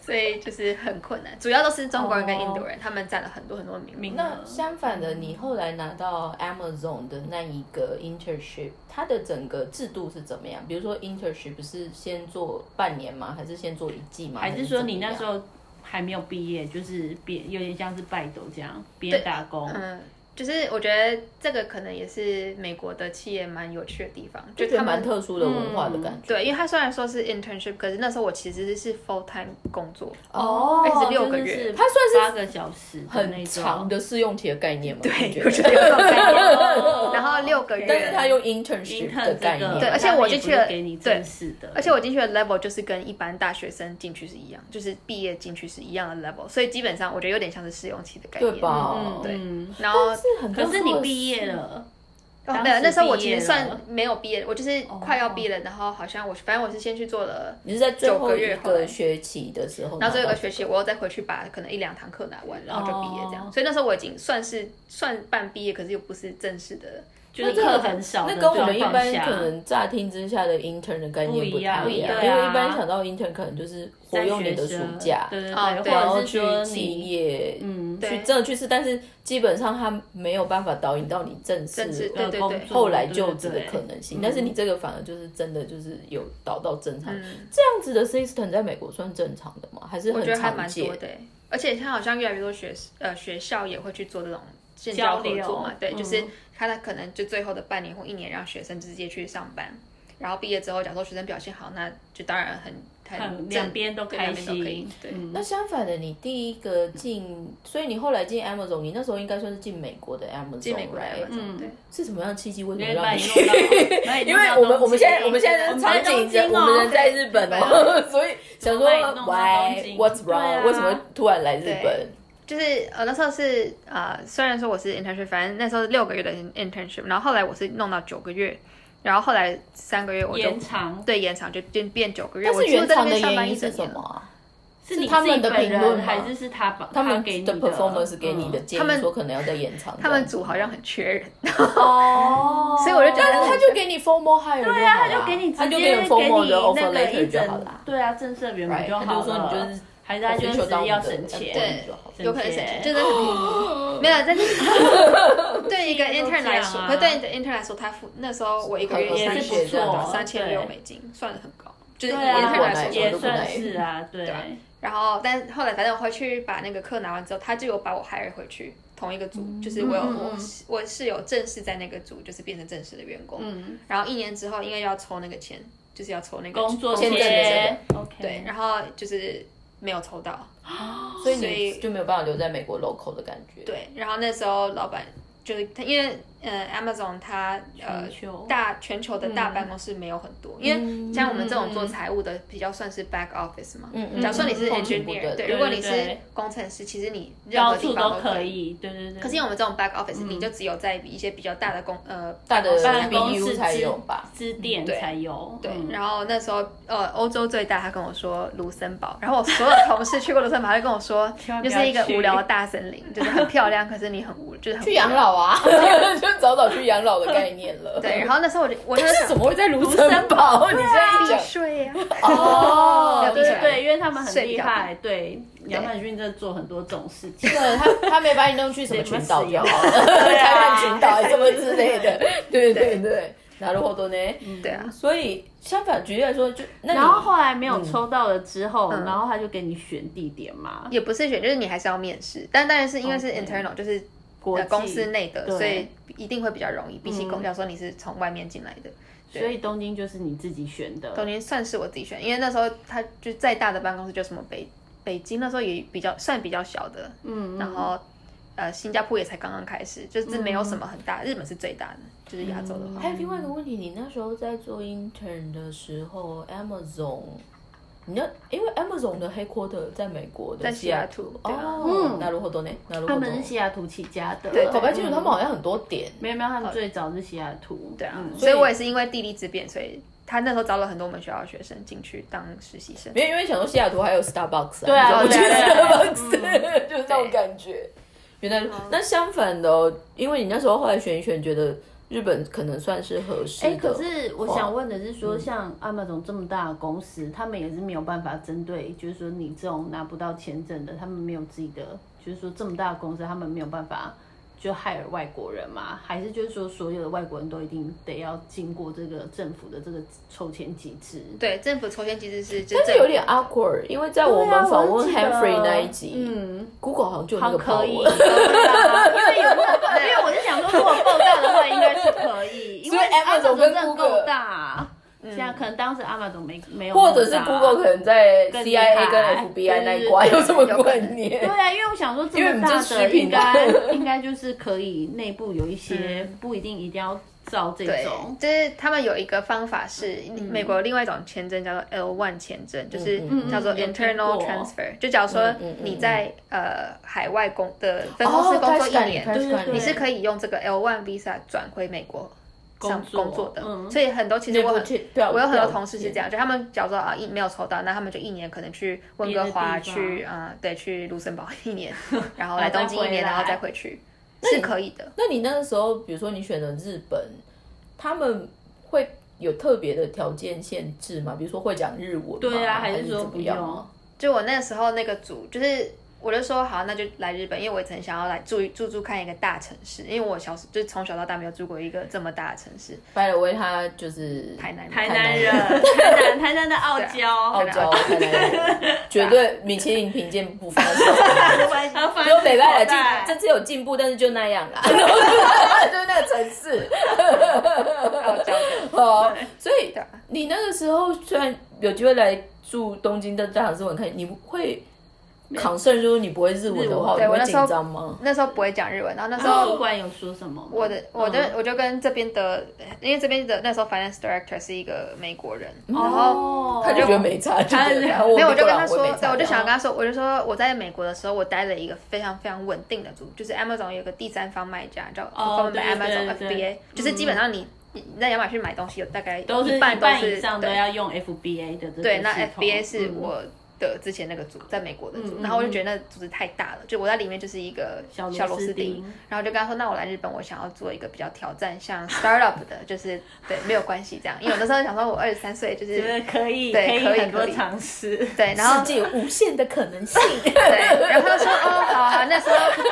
所以就是很困难。主要都是中国人跟印度人，他们占了很多很多名额
哦名
那相反的，你后来拿到 Amazon 的那一个 internship，它的整个制度是怎么样？比如说 internship 是先做半年吗？还是先做一季吗？
还是说你那时
候
候还没有毕业，就是边有点像是拜斗这样边打工，
嗯，就是我觉得这个可能也是美国的企业蛮有趣的地方，就
就觉
他
得
们嗯
蛮特殊的文化的感觉？
对，因为他虽然说是 internship，可是那时候我其实是 full time 工作，
哦
哎是六个月
它算是
八个小时的那
很
种
长的试用期的概念嘛？
对
你
我觉得有这种 概念 然后六个月
但是它用
intern
internship
这
的
个
概念，
对而且我就去了
他们也不是给你正式的，
而且我进去的 level 就是跟一般大学生进去是一样，就是毕业进去是一样的 level，所以基本上我觉得有点像是试用期的概念，
对吧
嗯
对
嗯，
然后
是很特
可
殊的
是你毕业了，
哦
当
没有，
时
那时候我
毕
其
业
实算
了
没有毕业，我就是快要毕业了，然后好像我反正我是先去做了，
你是在最后
九个
一
月后来
个学期的时候拿到
然
这
后最
个，
后一个学期我又再回去把可能一两堂课拿完，然后就毕业这样，
哦
所以那时候我已经算是算半毕业，可是又不是正式的，
就是课很少
那
的
跟
状
我们一
况
般
下，
可能乍听之下的 intern 的概念
不一样
太一
不
样，
一
因
样啊
为一般想到 intern 可能就是活用你的暑假，
对对
哦
对，
对
然
或
后
者是
去
说
企
你
业，
嗯
去
对
真的去试，但是基本上他没有办法导引到你正式
正式
呃
对对对
工作
后来就职的
对对对
可能性。
嗯
但是你这个反而就是真的就是有导到正常，这样子的 system 在美国算正常的吗？还是
嗯我
很
觉得还
常
蛮
见
多？的欸，而且他好像越来越多学呃学校也会去做这种建交合作嘛
交流，
对，
嗯
就是他的可能就最后的半年或一年让学生直接去上班，然后毕业之后，假如说学生表现好，那就当然很
很
正
两边都
对
开
两边都可以
心，
对。
嗯
那相反的，你第一个进，所以你后来进 Amazon，你那时候应该算是进美国的 Amazon，
进美国来
right？
嘛，嗯，对，
是什么样的契机？为什么
因为把
让
你
你
弄到把你
因
弄
为
到
我 们
东
我们现在
京
我们现在
我们
场
在
景
东京
人，我
哦
们人在日本哦， 所以想说
把你弄到
why
东京
what's
对
wrong？
啊
为什么会突然来日本
对？就是呃那时候是呃虽然说我是 internship，反正那时候是六个月的 internship，然后后来我是弄到九个月，然后后来三个月我就
延长
对延长就变变九个月，
但
我
是
几乎
原
在那
厂的
边上班
原
一
因是
整
什
年
么
了。
啊？
是
是
你
他
自己
们的
本
评论
人
吗
还是是他把
他们
给你哦
的 performance 给你的
嗯
建
他
议
们
说可能要再延长这样子，
他们组好像很缺人，
哦，
所以我就觉得
但是他就给你 formal hire，对
对啊，他就给你直
他
接
就
给
给
你
你 formal 的
那
offer
个一
letter 就好
整
了，。
对啊，正式员工
Right，
就
他就
好
说你就
了
是。
还是他就
official
是
当我
要
们的
省
对
钱，
就好
有可能省
省，钱
就是没有，但是 对一个 intern 来说，可是对你的 intern 来说，他付那时候我一个月
也
三
是
千
不错
三千六
对
美金，算的很高，就是
对
以
啊
intern 来，说
也
都不
算
难。
是啊，对
对吧然后，但后来反正我回去把那个课拿完之后，他就有把我 hire 回去同一个组，就是我有
嗯嗯
我
嗯
是我是有正式在那个组，就是变成正式的员工。
嗯，
然后一年之后，因为要抽那个钱，就是要抽那个
工作
签证
签
的
，OK，
对，然后就是没有抽到，
所以
所以
你就没有办法留在美国 local 的感觉。
对，然后那时候老板就是他，因为呃，Amazon 它呃
全球嗯
大全球的大办公室没有很多，因为像我们这种做财务的比较算是 back office 嘛。
嗯嗯
假如说你
嗯
是
嗯嗯
engineer，
嗯
对，
对
如果你
对
是
对
工程师，其实你任
到
何地
处
方
都
可
可。以，对对对。
可是嗯因为我们这种 back office，你就只有在一些比较大的公呃
大的
办
办公
公
室。
室
BU 才有吧？
支店才有，
对，
嗯
然后那时候呃，欧洲最大，他跟我说卢森堡，然后我所有同事去过卢森堡，他就跟我说
千万，不
就
要
是一个
去
无聊的大森林，就是很漂亮，可是你很无，就是很
去
无聊
养老啊， 就早早去养老的概念了。
对，然后那时候我就我就
但是
想
怎么会在卢森堡？你现在一
避
讲
税呀，
哦
哦，对
对
对对，因为他们很
睡比
厉
较
害，对，杨曼君在做很多这种事情，
对他他没把你弄去什么群岛就好了，台湾群岛什么之类的。啊对对对，嗯なるほどね。
对啊，
所以相反，举例来说，就那你
然后后来没
嗯
有抽到了之后，然后他就给你选地点嘛，
嗯也不是选，就是你还是要面试，但当然是因为是
OK
internal，就是
国
呃
际
公司内的，
对
所以一定会比较容易，比起公交说你是从外面进来的，
所以东京就是你自己选的，
东京算是我自己选，因为那时候他就再大的办公室就什么北北京那时候也比较算比较小的，嗯，然后呃新加坡也才刚刚开始，就是没有什么很大，日本是最大的，就是亚洲的话，
还有另外一个问题，你那时候在做 intern 的时候，Amazon，你要因为 Amazon 的 headquarter 在美国的
在西雅
图
图，对啊
哦，那如何多呢？那如何多？
嗯他们是西雅图起家的，
对
搞
口
不
碑
清楚，他们好像很多点，
没有没有，他们最早是西雅图，
对啊，
嗯
所以我也是因为地利之便，所以他那时候招了很多我们学校的学生进去当实习生。
没有因为想说西雅图还有 Starbucks，
对啊
我觉
对
得
啊
Starbucks 就是那种感觉。原来那相反的哦，因为你那时候后来选一选，觉得日本可能算是合适的。
哎，可是我想问的是
哦嗯
说，像 Amazon 这么大的公司，他们也是没有办法针对，就是说你这种拿不到签证的，他们没有自己的，就是说这么大的公司，他们没有办法就 hire 外国人嘛？还是就是说所有的外国人都一定得要经过这个政府的这个抽签机制？
对，政府抽签机制是，就
但
政
是
府
有点 awkward，因为在我
对啊
们访
我
问
记得
Henry 那一集，
嗯
Google 好像就有
好
那个
像可以，
power
对啊因为有那个，因为我是想说，如果够大的话，应该是可以，因
所
为
以 Amazon 跟
真的
Google
够大。现在可能当时 Amazon 没没有那么
或
大，
者是 Google 可能在
更
CIA 跟
厉害
FBI 那
对对
一
对
关有什么
有可能
观念？
对啊，因为我想说这
因为我
么
们
大
这是
的
食品
应
的
该应该就是可以内部有一些不一定一定要照这
对
种，，
就是他们有一个方法是，美国另外一种签证叫做 L one 签证，就是
嗯
叫做
嗯有听
internal
过
transfer，就假如说
嗯嗯
你在呃海外工的分公司
哦
工作
，Tax
一
Guide，
年，
Tax
对对
Guide
对
你是可以用这个 L one visa 转回美国上
工作
工作的，
嗯
所以很多其实
内部
我很
去对啊
我有很
了
多
解
同事是这样，就他们假如说啊一没有抽到，那他们就一年可能去温哥华
别的地方
去啊、对去卢森堡一年，然后来东京一年，
然
然
后
后
再
再回去，是可以的。
那你那个时候，比如说你选了日本，他们会有特别的条件限制吗？比如说会讲日文吗？
对啊，还
还
是说
怎
不
么样
用
吗？？
就我那时候那个组，就是我就说好，那就来日本，因为我也曾想要来住住住看一个大城市，因为我小时就从小到大没有住过一个这么大的城市，
拜了为他就是
台南人
台
南
南人，台南台南的傲娇，
傲娇，台南人绝对米其林评鉴不发手。
他放
只有北拜
口袋
了进，这次有进步，但是就那样啦，就是那个城市。
傲娇的。
哦，所以
对啊
你那个时候虽然有机会来住东京的大城市，我很看你会扛胜，就是你不会日文的话，
日文对
你
我
会
那
紧
时候
张吗？
那时候不会讲日文，然后那时
然后
候
主管有说什么吗？
我的我的、
嗯
我就跟这边的，因为这边的那时候 finance director 是一个美国人，然后。
哦，
他就觉得没差，就
他
觉
就
得
觉得
然后
没有，我就
过
跟
来
他说，
没差
对，我就想
然后
跟他说，我就说我在美国的时候，我待了一个非常非常稳定的组，就是 Amazon 有个第三方卖家叫
哦
Fulfillment
对
by
对
Amazon
对
FBA，
对
就是基本上你你你在亚马逊买东西，有大概
都是
一半
一
都
半
是
以上都
对
要用 FBA 的这个
对，那
系统
FBA 是
嗯
我的之前那个组，在美国的组，
嗯
然后我就觉得那组织太大了，就我在里面就是一个
小
小
螺
螺
丝
丝
钉
钉，然后就跟他说，那我来日本，我想要做一个比较挑战，像 startup 的，就是对，没有关系这样，因为我那时候想说，我二十三岁就
觉
是
得可以，
对
可
可以
很多
可以
尝试。
对，然后
世界有无限的可能性。
对，然后他就说哦，好好，那时候，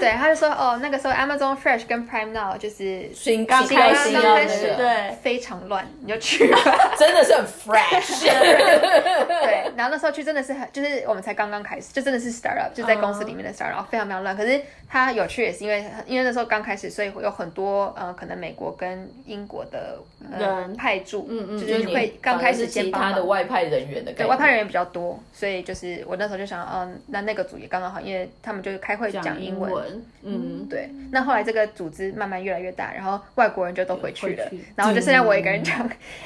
对，他就说哦，那个时候 Amazon Fresh 跟 Prime Now 就是
新刚
新
开
刚
心
刚
要
开
那
始
个
对
非常乱，你就去吧。
真的是很 fresh，
对，然后那时候去真的是很，就是我们才刚刚开始，就真的是 startup，就在公司里面的 startup，、非常非常乱。可是他有趣也是因为，因为那时候刚开始，所以有很多呃，可能美国跟英国的、呃、
人
派驻，嗯
嗯
就是
你
会刚开始
反而是其
先帮忙
他的外派人员的感
对，
觉，
外派人员比较多，所以就是我那时候就想，嗯，那那个组也刚刚好，因为他们就是开会
讲
讲
英
英文，
文，嗯，
对，那后来这个组织慢慢越来越大，然后外国人就都回去了，
回去
然后就剩下我一个人讲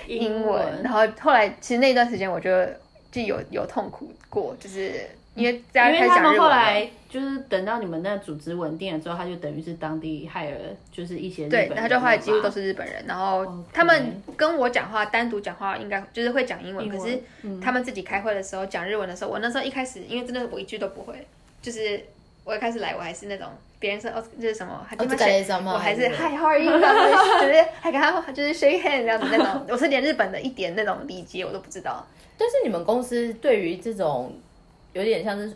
英文。
英文
然后后来其实那段时间我就就有有痛苦过，就是因为大
因
家
为
开始
他
讲
们
日
后
文了
来就是等到你们那组织稳定了之后，他就等于是当地害了，就是一些日本
对，
人
然后就后来几乎都
嘛
是日本人，然后他们跟我讲话，单独讲话应该就是会讲英文，
英文
可是
嗯
他们自己开会的时候讲日文的时候，我那时候一开始因为真的我一句都不会，就是我一开始来我还是那种别人说哦这是什么，还
哦
跟他
这个也是什么
我还是
还是
Hi how are you，就是还跟他就是 shake hand 这样子那种，我是连日本的一点那种礼节我都不知道，
但是你们公司对于这种有点像是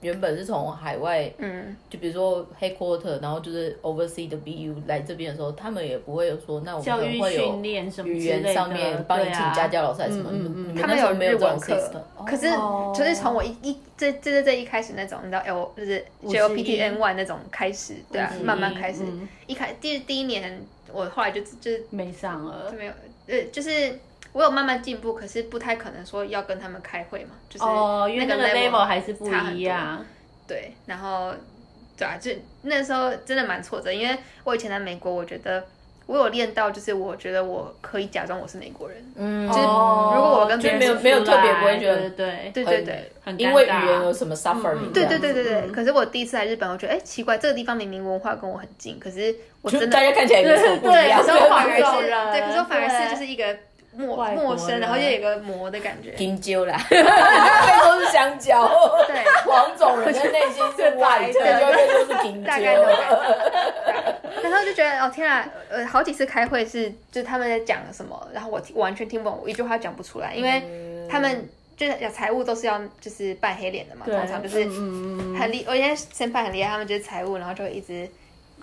原本是从海外，
嗯，
就比如说 headquarter，然后就是 oversea 的 BU 来这边的时候，他们也不会有说，那我们可
教育
能会有
训练什么
语
之
言
类
上
的
面帮你
对
请
啊
家教老师还是什么，
嗯嗯嗯
你们
他
那
们
时候
有
没有
日
这种
文课
system，哦，
可是
哦
就是从我一一这这这这一开始那种，你知道 L 就是 JLPTN one 那种开始，对啊
嗯，
慢慢开始
嗯。
一开第第一年，我后来就就是
没上了
就。没有，呃，就是我有慢慢进步，可是不太可能说要跟他们开会嘛，就是
哦，因为
那
那
个
个
level
level 还是不
差很
一样，
对，然后对啊，就那时候真的蛮挫折，因为我以前在美国，我觉得我有练到，就是我觉得我可以假装我是美国人，
嗯，
哦
就是如果我跟别人
就没有没有特别不会觉
对
得
对
对
对，
对对，
很
因为语
尴尬
言有什么 suffering，
嗯
这
对
样
对对对对。
嗯
可是我第一次来日本，我觉得哎奇怪，这个地方明明文化跟我很近，可是我
就
真的
大家看起来也没什么不一
对，
样
可
有时候
是我
有
反而
各种
是
人
对，可是我反而是
对
就是一个陌
外国
陌生，
人
然后又有一个魔的感觉， 对
金蕉啦， 那都是香蕉。
对
黄种人的内心是
白
外
的
的，右边就是金
大概那种
蕉。
啊，然后就觉得哦天啊，呃，好几次开会是就是他们在讲什么，然后我听完全听不懂，我一句话讲不出来，
嗯
因为他们就是有财务都是要就是扮黑脸的嘛，
对
通常就是
嗯嗯嗯
很厉，我现在先办很厉害，他们就是财务，然后就会一直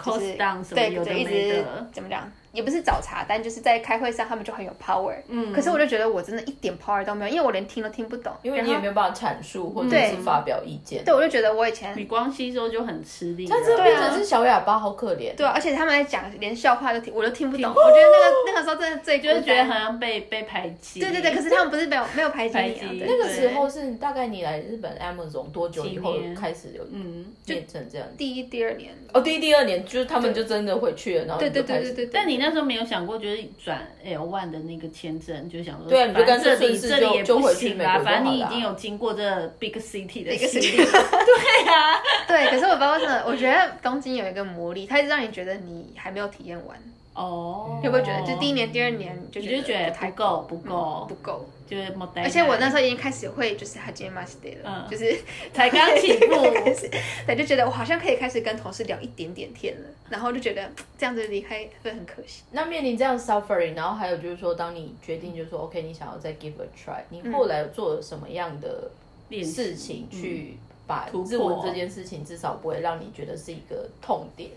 就是
cost down 什么
对，
有的
就一
没
直
的，
怎么讲，也不是找茬，但就是在开会上他们就很有 power。
嗯
可是我就觉得我真的一点 power 都没有，因为我连听都听不懂。
因为你
然后
也没有办法阐述或者
对
是发表意见，
对，我啊就觉得我以前
你光吸收就很吃力了。
他这
对
变
啊
成是小哑巴，好可怜。
对啊，而且他们在讲连笑话都听，我都听不懂。我觉得那个那个时候真的最
哦啊就是觉得好像被被排挤。
啊对对对，可是他们不是没有没有排挤
排
你
挤
啊，
那
对，
个时候是大概你来日本 Amazon 多久以后
几年
开始有
嗯，
变成这样？
第一第二年，
哦，第一、第二年就是他们就真的回去了，然后
对
你
对
就
对
开
对
始
对。对。
但你那时候没有想过，就是转 L one 的那个签证，就想说，
对啊你就干脆
反正这里
顺势
这里
就
也
就
不
回去
行
美国
啦，
就
反正你已
好啦
经有经过这 big city 的
啊 Big
洗
city
礼对呀，
对，可是我不知道为什么，我觉得东京有一个魔力，它一直让你觉得你还没有体验完。
哦，
你有没有觉得，就第一年、第二年你就
你就觉
觉
得
得
不
太
够不够
不，够？
就是莫呆呆。
而且我那时候已经开始会，就是哈基马斯德了
嗯，
就是
才刚起步，
开 始，对，就觉得我好像可以开始跟同事聊一点点天了，然后就觉得这样子离开会很可惜。
那面临这样 suffering，然后还有就是说，当你决定就是说 OK，你想要再 give a try，你后来有做了什么样的
练习
事情去把
突破
日文这件事情至少不会让你觉得是一个痛点的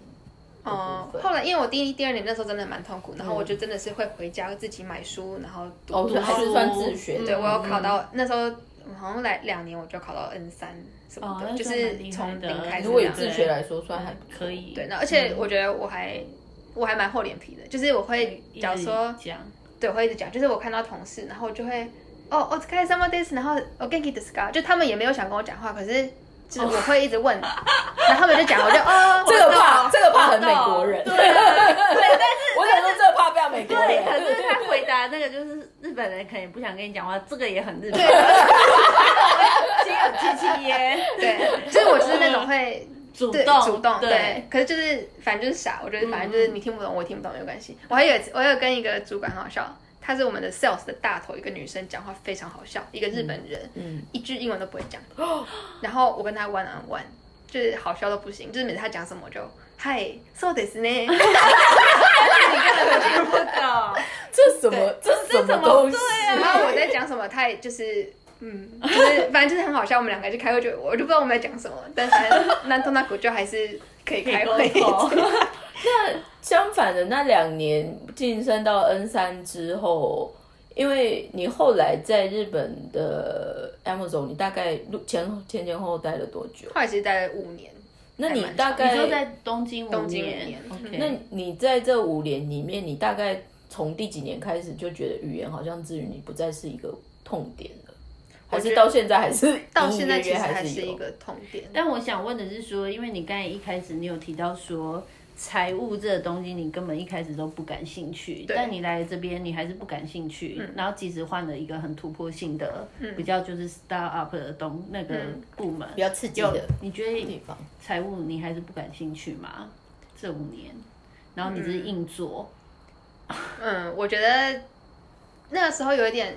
哦
部，分？
后来因为我第一、第二年那时候真的蛮痛苦，然后我就真的是会回家自己买书，然后读
哦，
读
就还
书
是算自学的。
对我有
嗯
要
考到那时候，我好像来两年我就考到 N 三什么
哦
的，
那
就
算蛮
是
厉害
从
的
零开始
如果以
这样
自学来说，算还不错
可。以
对，那而
嗯
且我觉得我还我还蛮厚脸皮的，就是我会
一直
假如说
讲，
对，我会一直讲，就是我看到同事，然后我就会哦，我开什么 this，然后我 g e t this guy，就他们也没有想跟我讲话，可是就是我会一直问，然后他们就讲，我就哦，
这个怕，
我
这
懂
个怕很美国人。对， 我想说这个怕不要美国
对，
人。
可是他回答那个就是日本人可能不想跟你讲话，这个也很日本， 心有戚戚耶，
对，就是我就是那种会。
主
对，
动
主动对
对，
可是就是反正就是傻，我觉得反正就是你听不懂，我也听不懂没有关系。我还有一次，我有跟一个主管很好笑，她是我们的 sales 的大头，一个女生讲话非常好笑，一个日本人，
嗯，
一句英文都不会讲， 然后我跟她 one on one，就是好笑到不行，就是每次她讲什么我就嗨，so this 呢，
听不懂，
这什么？这什么东西？
然后我在讲什么，她也就是。嗯，就是反正就是很好笑，我们两个去开会就我就不知道我们在讲什么，但反正南通那股就还是可以开会
可以沟通
相反的，那两年晋升到 N 三之后，因为你后来在日本的 Amazon，你大概入前前前后后待了多久？
后来其实待了五年，
那你
还蛮
大
长
概
你说在东京五
东京五年
年，OK，
那你在这五年里面，你大概从第几年开始就觉得语言好像至于你不再是一个痛点了？还
觉
是
得
到现在还是
到现在
隐隐
其
约
实
约
还
还
是
有
一个痛点。
但我想问的是说，因为你刚才一开始你有提到说财务这个东西，你根本一开始都不感兴趣，但你来这边你还是不感兴趣，然后即使换了一个很突破性的，比较就是 start up 的东那个部门，
比较刺激的
你觉得
地方。
财务你还是不感兴趣吗？这五年，然后你只是硬做，
嗯，我觉得那个时候有一点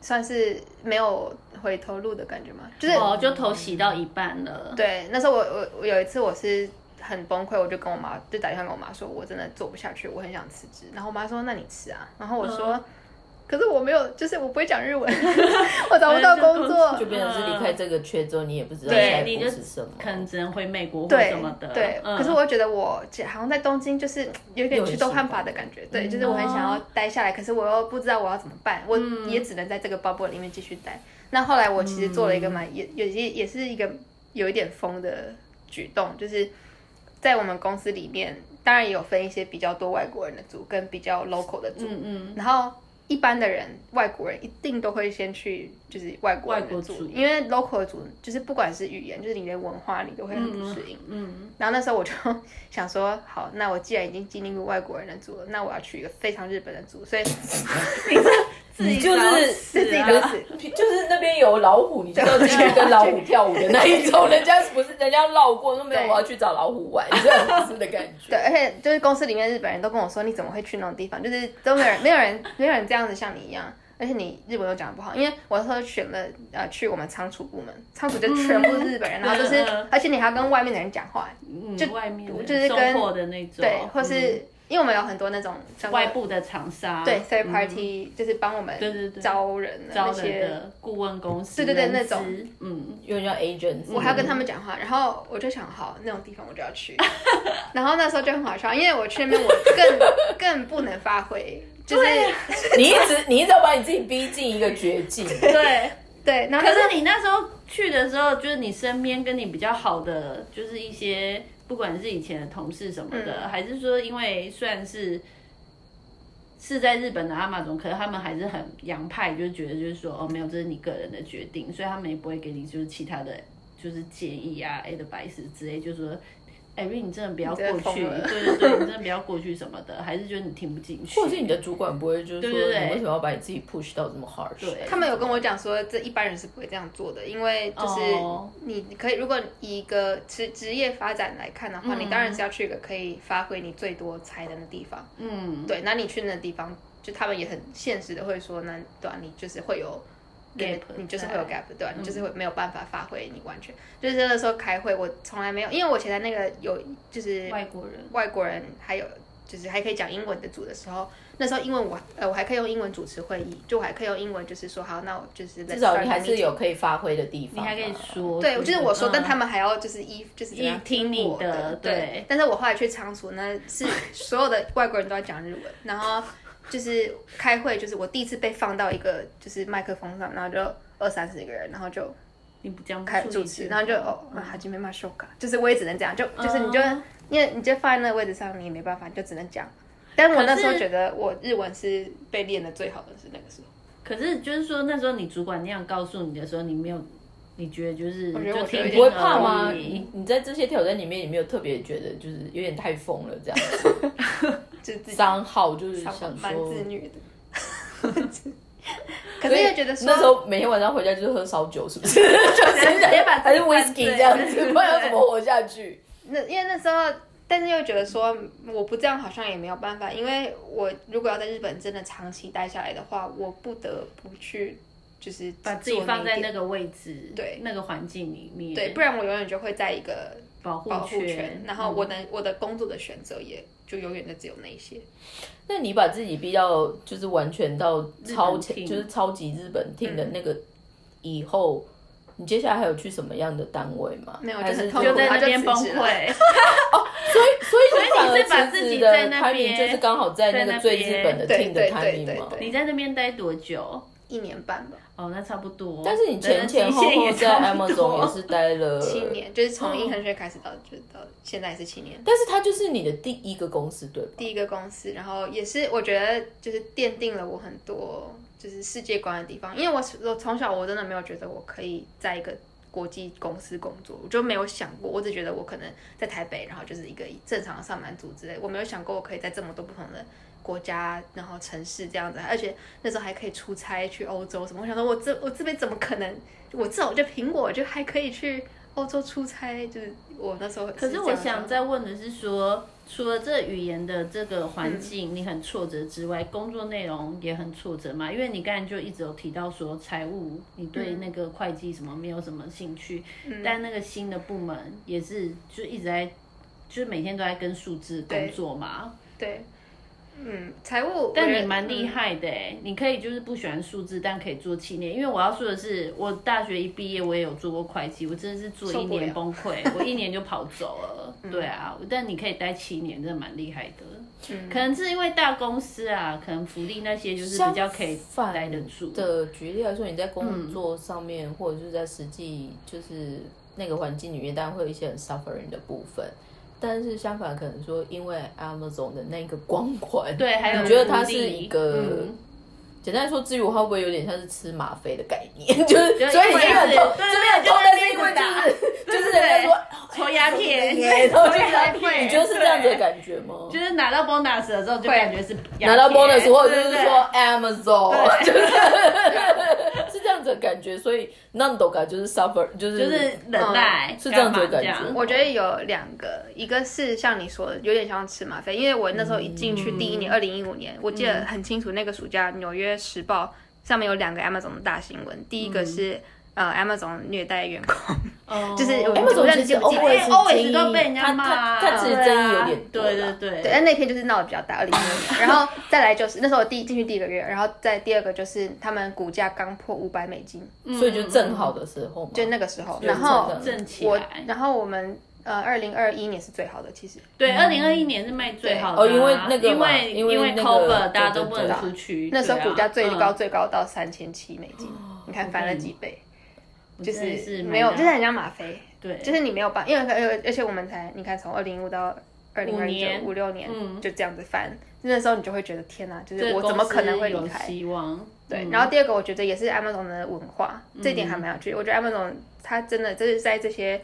算是没有回头路的感觉嘛，就是、
哦，就头洗到一半了，
对那时候我我我有一次我是很崩溃，我就跟我妈就打电话跟我妈说，我真的做不下去，我很想辞职。然后我妈说那你辞啊，然后我说。
嗯
可是我没有，就是我不会讲 日文，我找不到工作，
就变成是离
嗯
开这个圈之后，你也不知道
对
下一
你
步
就是
什么。
可能只能回美国或
对
什么的，
对，
嗯
可是我觉得我好像在东京就是有一点去都汉法的感觉，对，
嗯
就是我很想
哦
要待下来，可是我又不知道我要怎么办，我
嗯
也只能在这个 bubble 里面继续待。那后来我其实做了一个
嗯
蛮、也也也也是一个有一点疯的举动，就是在我们公司里面，当然也有分一些比较多外国人的组跟比较 local 的组，
嗯嗯，
然后一般的人，外国人一定都会先去就是外国人
外国
的组
族，
因为 local 的组就是不管是语言，就是你的文化，你都会很不适应。
嗯，
然后那时候我就想说，好，那我既然已经进入外国人的组了，那我要去一个非常日本的组，所以你是
自己
就是
找
自
自
死
己
啊
找死。
就是那边有老虎，你就要去跟老虎跳舞的那一种，人家不是人家绕过说没有，
对
我要去找老虎玩，这样子的感觉。
对，而且就是公司里面日本人都跟我说，你怎么会去那种地方？就是都没有人，没有人，没有人这样子像你一样。而且你日文又讲的不好，因为我那时候选了呃去我们仓储部门，仓储就全部是日本人，然后就是
嗯 嗯，
而且你还要跟外面的人讲话，
嗯，
就
外面的
就是跟
收获的那种，
对，或是、
嗯
因为我们有很多那种像
外部的厂商，
对 third
嗯
party，、就是帮我们
对对对
招人的
招
那
人
些
的嗯顾问公司，
对对对
人
那
资
种，
嗯，
有点像 agent，
我还要跟他们讲话，然后我就想，好，那种地方我就 要去。然后那时候就很好笑，因为我去那边我 更更不能发挥，就是
啊
嗯 你一直你一直要把你自己逼进一个绝境。
对。
对。然后
可
啊那时候
是你那时候去的时候，就是你身边跟你比较好的，就是一些不管是以前的同事什么的，
嗯
还是说因为虽然是是在日本的阿玛总，可是他们还是很洋派，就是觉得就是说哦没有，这是你个人的决定，所以他们也不会给你就是其他的就是建议啊、advice 之类，就是说。哎，瑞，你真的不要过
你真的
去，
疯了
对对对，你真的不要过去什么的，还是觉得你听不进去，
或者是你的主管不会就是说，
对对对
你为什么要把你自己 push 到这么 hard？
对
他们有跟我讲说，这一般人是不会这样做的，因为就是
哦
你可以，如果以一个职职业发展来看的话，你当然是要去一个可以发挥你最多才能的地方。
嗯，
对，那你去那地方，就他们也很现实的会说，那对啊，你就是会有
Gap
你就是
在
会有 gap，对吧、你就是会没有办法发挥你完全。就是那时候开会，我从来没有，因为我以前在那个有就是
外国人，
外国人还有就是还可以讲英文的组的时候，那时候英文我呃我还可以用英文主持会议，就我还可以用英文就是说好，那我就是
至少你还是有可以发挥的地方
你
嘛。
还可以说，
对，就是我说，
嗯
但他们还要就是依就是怎么样
依听你
我
的
的，
对
但是我后来去仓储呢， 是所有的外国人都要讲日文，然后就是开会，就是我第一次被放到一个就是麦克风上，然后就二三十个人，然后就
哦你不讲不
开
出
主
一
持，
句
然后就
话
哦，啊，哈基梅马修卡，就是我也只能这样，就就是你就、
嗯
因为你就放在那个位置上，你也没办法，你就只能讲。但我那时候
可是
觉得我日文是被练的最好的是那个时候。
可是就是说，那时候你主管那样告诉你的时候，你没有，你觉得就是
我觉得
就
我
听听
有一点
你不会怕吗？
而
你
已
你在这些挑战里面，你没有特别觉得就是有点太疯了这样子？
就自己
张浩就是想
蛮
说
自，虐 的。可是又觉得说
那时候每天晚上回家就是喝烧酒，是不是？就是
直接把
还是
自己灌
whisky
醉
这样子，不然要怎么活下去？
那因为那时候，但是又觉得说我不这样好像也没有办法，因为我如果要在日本真的长期待下来的话，我不得不去就是
把自己放在那
个
个位置，
对
那个环境里面，
对，不然我永远就会在一个
保护
保护圈
圈，，嗯
然后我能、我的工作的选择也就永远的只有那一些。
那你把自己逼到就是完全到超前，
team
就是超级日本 team 的那个以后，你接下来还有去什么样的单位吗？哎
没有
还
就是很痛
就
苦
在
然后
那
就
边崩
辞职了
溃，
所以所以你反
所以
而
你是把
辞职
自己
的
在那
timing
边
就是刚好在那
在
个
那
最日本的
边
team 的
对对
timing
对
吗
对？对
你在那边待多久？
一年半吧，
哦，那差不多。
但是你前前后
人的
后
极限也
在
差不
Amazon
多
也是待了
七年，就是
哦
从一衡学开始到就到现在也是七年。
但是它就是你的第一个公司，对吧？
第一个公司，然后也是我觉得就是奠定了我很多就是世界观的地方，因为我我从小我真的没有觉得我可以在一个国际公司工作，我就没有想过，我只觉得我可能在台北，然后就是一个正常的上班族之类，我没有想过我可以在这么多不同的国家，然后城市这样子，而且那时候还可以出差去欧洲什么，我想说我这我这边怎么可能，我至少我就苹果我就 还可以去欧洲出差，就是我那时候
可
是
是
这
我
样
想
的
再问的是说，除了这语言的这个
嗯
环境你很挫折之外，工作内容也很挫折嘛？因为你刚才就一直有提到说财务，你
嗯
对那个会计什么没有什么兴趣，但那个新的部门也是就一直在，就是每天都在跟数字工作嘛。
对。嗯，财务，我
但
觉得
你蛮厉
嗯
害的哎、你可以就是不喜欢数字，但可以做七年。因为我要说的是，我大学一毕业我也有做过会计，我真的是做一年
受不
崩 溃，我一年就跑走了。
嗯
对啊，但你可以待七年，真的蛮厉害的。
嗯
可能是因为大公司啊，可能福利那些就是比较可以待得住。
的举例来说，你在工作上面，或者是在实际就是那个环境里面，当然会有一些很 suffering 的部分。但是相反，可能说因为 Amazon 的那个光环，
对，还有
哎你觉得它
福利
是一个
嗯
简单来说，自由化会不会有点像是吃吗啡的概念？就是
就
所以你这
会
边很
是
痛，
对
这边很痛，
对
但是
对
因为就是就是
对对
人家说
抽鸦片
对然后就
抽鸦
是
片
你觉得是这样子的感觉吗？
就是拿到 bonus 的时候就
会
感觉是鸦
拿到
片
bonus 或者
对
就是
对
说 Amazon，
对
就是是这 样子的感觉，所以 Nandoga 就是 suffer，就是
就是忍耐，
嗯是这样子的
干嘛
感觉
我觉得有两个，一个是像你说的，有点像吃吗啡，因为我那时候一进去第一年，二零一五年，我记得很清楚，那个暑假《纽约时报》上面有两个 Amazon 的大新闻，第一个是。呃，Amazon 虐待员工，
哦
就是我
哎，那种其实
我不
always
认识
因为 always 都被人家骂
他他他其实
对啊
争议有点多啦嗯
对对对
对，但那篇就是闹得比较大，二零一五年。然后再来就是那时候我第一进去第一个月，然后再第二个就是他们股价刚破五百美金，
嗯
所以就正好的时候嘛，
嗯就那个时候。
就是
然后
正
正起
我
来，。
然后我们呃，二零二一年是最好的，其实
对，二零二一年是卖最好的啊、
哦因为那个
因
嘛
为
因为
为
那个
cover
对
大家都
对
不
对
能出去，
那时候
对啊
股价最高
嗯哦
最高到三千七美金，你看翻了几倍，就
真的是
没有，
蛮
就是很像吗啡，
对，
就是你没有办，因为而而且我们才你看从二零一五到二零
五
二一
年
五六年
嗯
就这样子翻，那时候你就会觉得天哪，就
对
是我怎么可能会离
公司有
开？
希望？
对，
嗯嗯
然后第二个我觉得也是 Amazon 的文化，这一点还蛮有趣。我觉得 Amazon 它真的就是在这些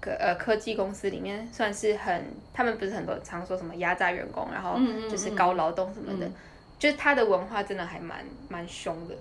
科呃科技公司里面算是很，他们不是很多常说什么压榨员工，然后
嗯嗯
就是
嗯
高劳动什么的，就是它的文化真的还蛮蛮凶的。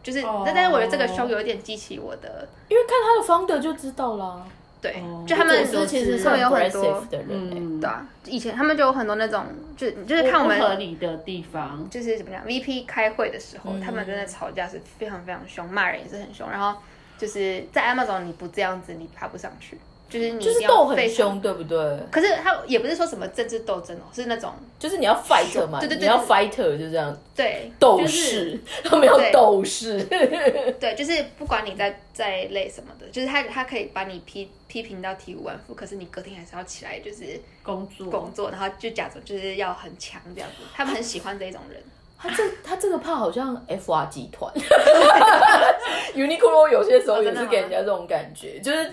就是，
哦
但但是我觉得这个凶有一点激起我的，
因为看他的方的就知道啦。
对，
哦
就他们
这种
是其实
他
上
们有很
aggressive
多，
的人欸，
嗯
对啊，以前他们就有很多那种，就就是看我们
不合理的地方，
就是怎么讲，VP 开会的时候，
嗯
他们真的吵架是非常非常凶，骂人也是很凶。然后就是在 Amazon 你不这样子，你爬不上去，就是你一
就
定
是
要
斗很
非常。
凶，对不对？
可是他也不是说什么政治斗争哦，是那种
就是你要 fight 嘛，
对对对
你要
对
fighter 就这样
对
斗
就是
士， 他们要
对
斗士。
对，就是不管你在在累什么的，就是他他可以把你批批评到体无完肤，可是你隔天还是要起来就是
工作
工作，然后就假装就是要很强这样子。他们很喜欢这一种 人，
他这他这个怕好像 FR 集团，Uniqlo 有些时候也是给人家这种感觉，就是。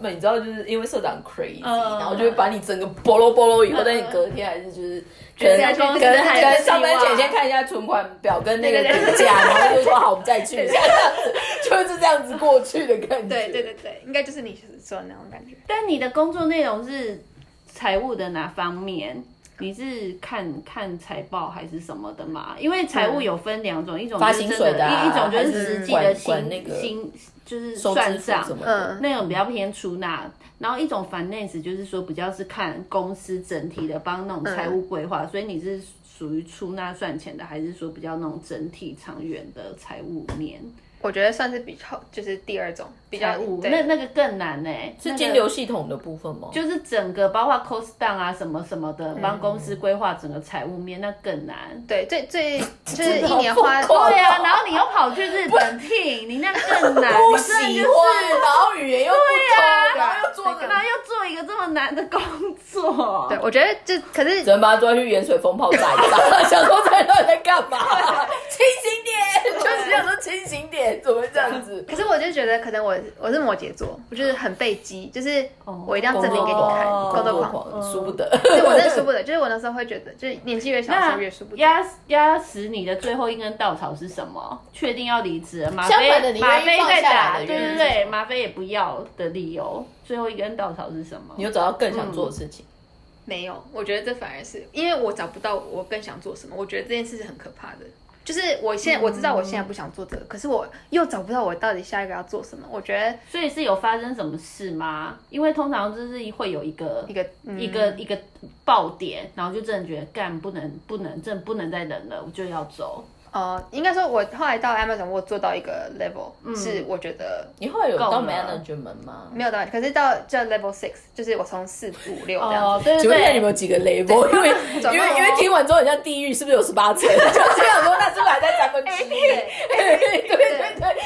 你知道，就是因为社长 crazy，、
嗯
然后就会把你整个菠萝菠萝以后，但你隔天还是就是可能
觉得公
跟
司
跟
还有希望
跟上班前先看一下存款表跟那个
对对对
股价，然后就说好，我们再去一下，这样子 就是这样子过去的感觉。
对对对对，应该就是你说的那种感觉。
但你的工作内容是财务的哪方面？你是看看财报还是什么的嘛？因为财务有分两种，一种
嗯发
就是
薪
真
水的啊
一一种就
还
是
是
实际
管
的薪
管那个
薪，就是
收支
算
付
账
什么的，
嗯
那种比较偏出纳，然后一种 finance 就是说比较是看公司整体的帮那
嗯
种财务规划，所以你是属于出纳算钱的，还是说比较那种整体长远的财务面？
我觉得算是比较就是第二种比较
财务
对
哎那那个更难呢、欸，
是
那个
金流系统的部分吗？
就是整个包括 cost down 啊什么什么的，
嗯
帮公司规划整个财务面，那更难。
对，最最就是
真的
一
好
年花，
疯狂
对
对
啊，
啊
然后你又跑去日本聘，你那更 难，
不
你啊
喜
真的就是
欢，然后语言又不通，
对啊
然后又做
然后又做一个这么难的工作，
对我觉得就可是
只能把他抓去盐水风炮炸一炸，想说这到底在干嘛？清醒点，就是想说清醒点，怎么会这样子？
可是我就觉得可能我我是摩羯座，我就是很被激，就是我一定要证明给你看，
哦
工作
作
狂。
哦狂，输不得。
对，我真的受不了，就是我那时候会觉得，就是年纪越小的时
那
候越受不了。
压压死你的最后一根稻草是什么？确定要离职了，吗
相反的
啡
你
吗
愿意
啡
放
在
下来
打，
的
对
原因
对
是
对，吗啡也不要的理由，最后一根稻草是什么？
你又找到更想做的事情，
没有，我觉得这反而是因为我找不到我更想做什么，我觉得这件事是很可怕的。就是我现在我知道我现在不想做这个，可是我又找不到我到底下一个要做什么。我觉得
所以是有发生什么事吗？因为通常就是会有一个
一个、嗯、
一个一个爆点，然后就真的觉得干不能不能，真的不能再忍了，我就要走。
呃，应该说我后来到 Amazon 我有做到一个 level，、是
嗯
我觉得
你后来有
够
到
了
manager 们吗？
没有道理，可是到这 level six，就是我从四五六这样子。
哦，对
请
对
问一下
对，
你们有几个 label？因为
总共
因为因为听完之后，很像地狱是不是有十八层？就是想说，那是不是还在三分
哎
之一？对对对对，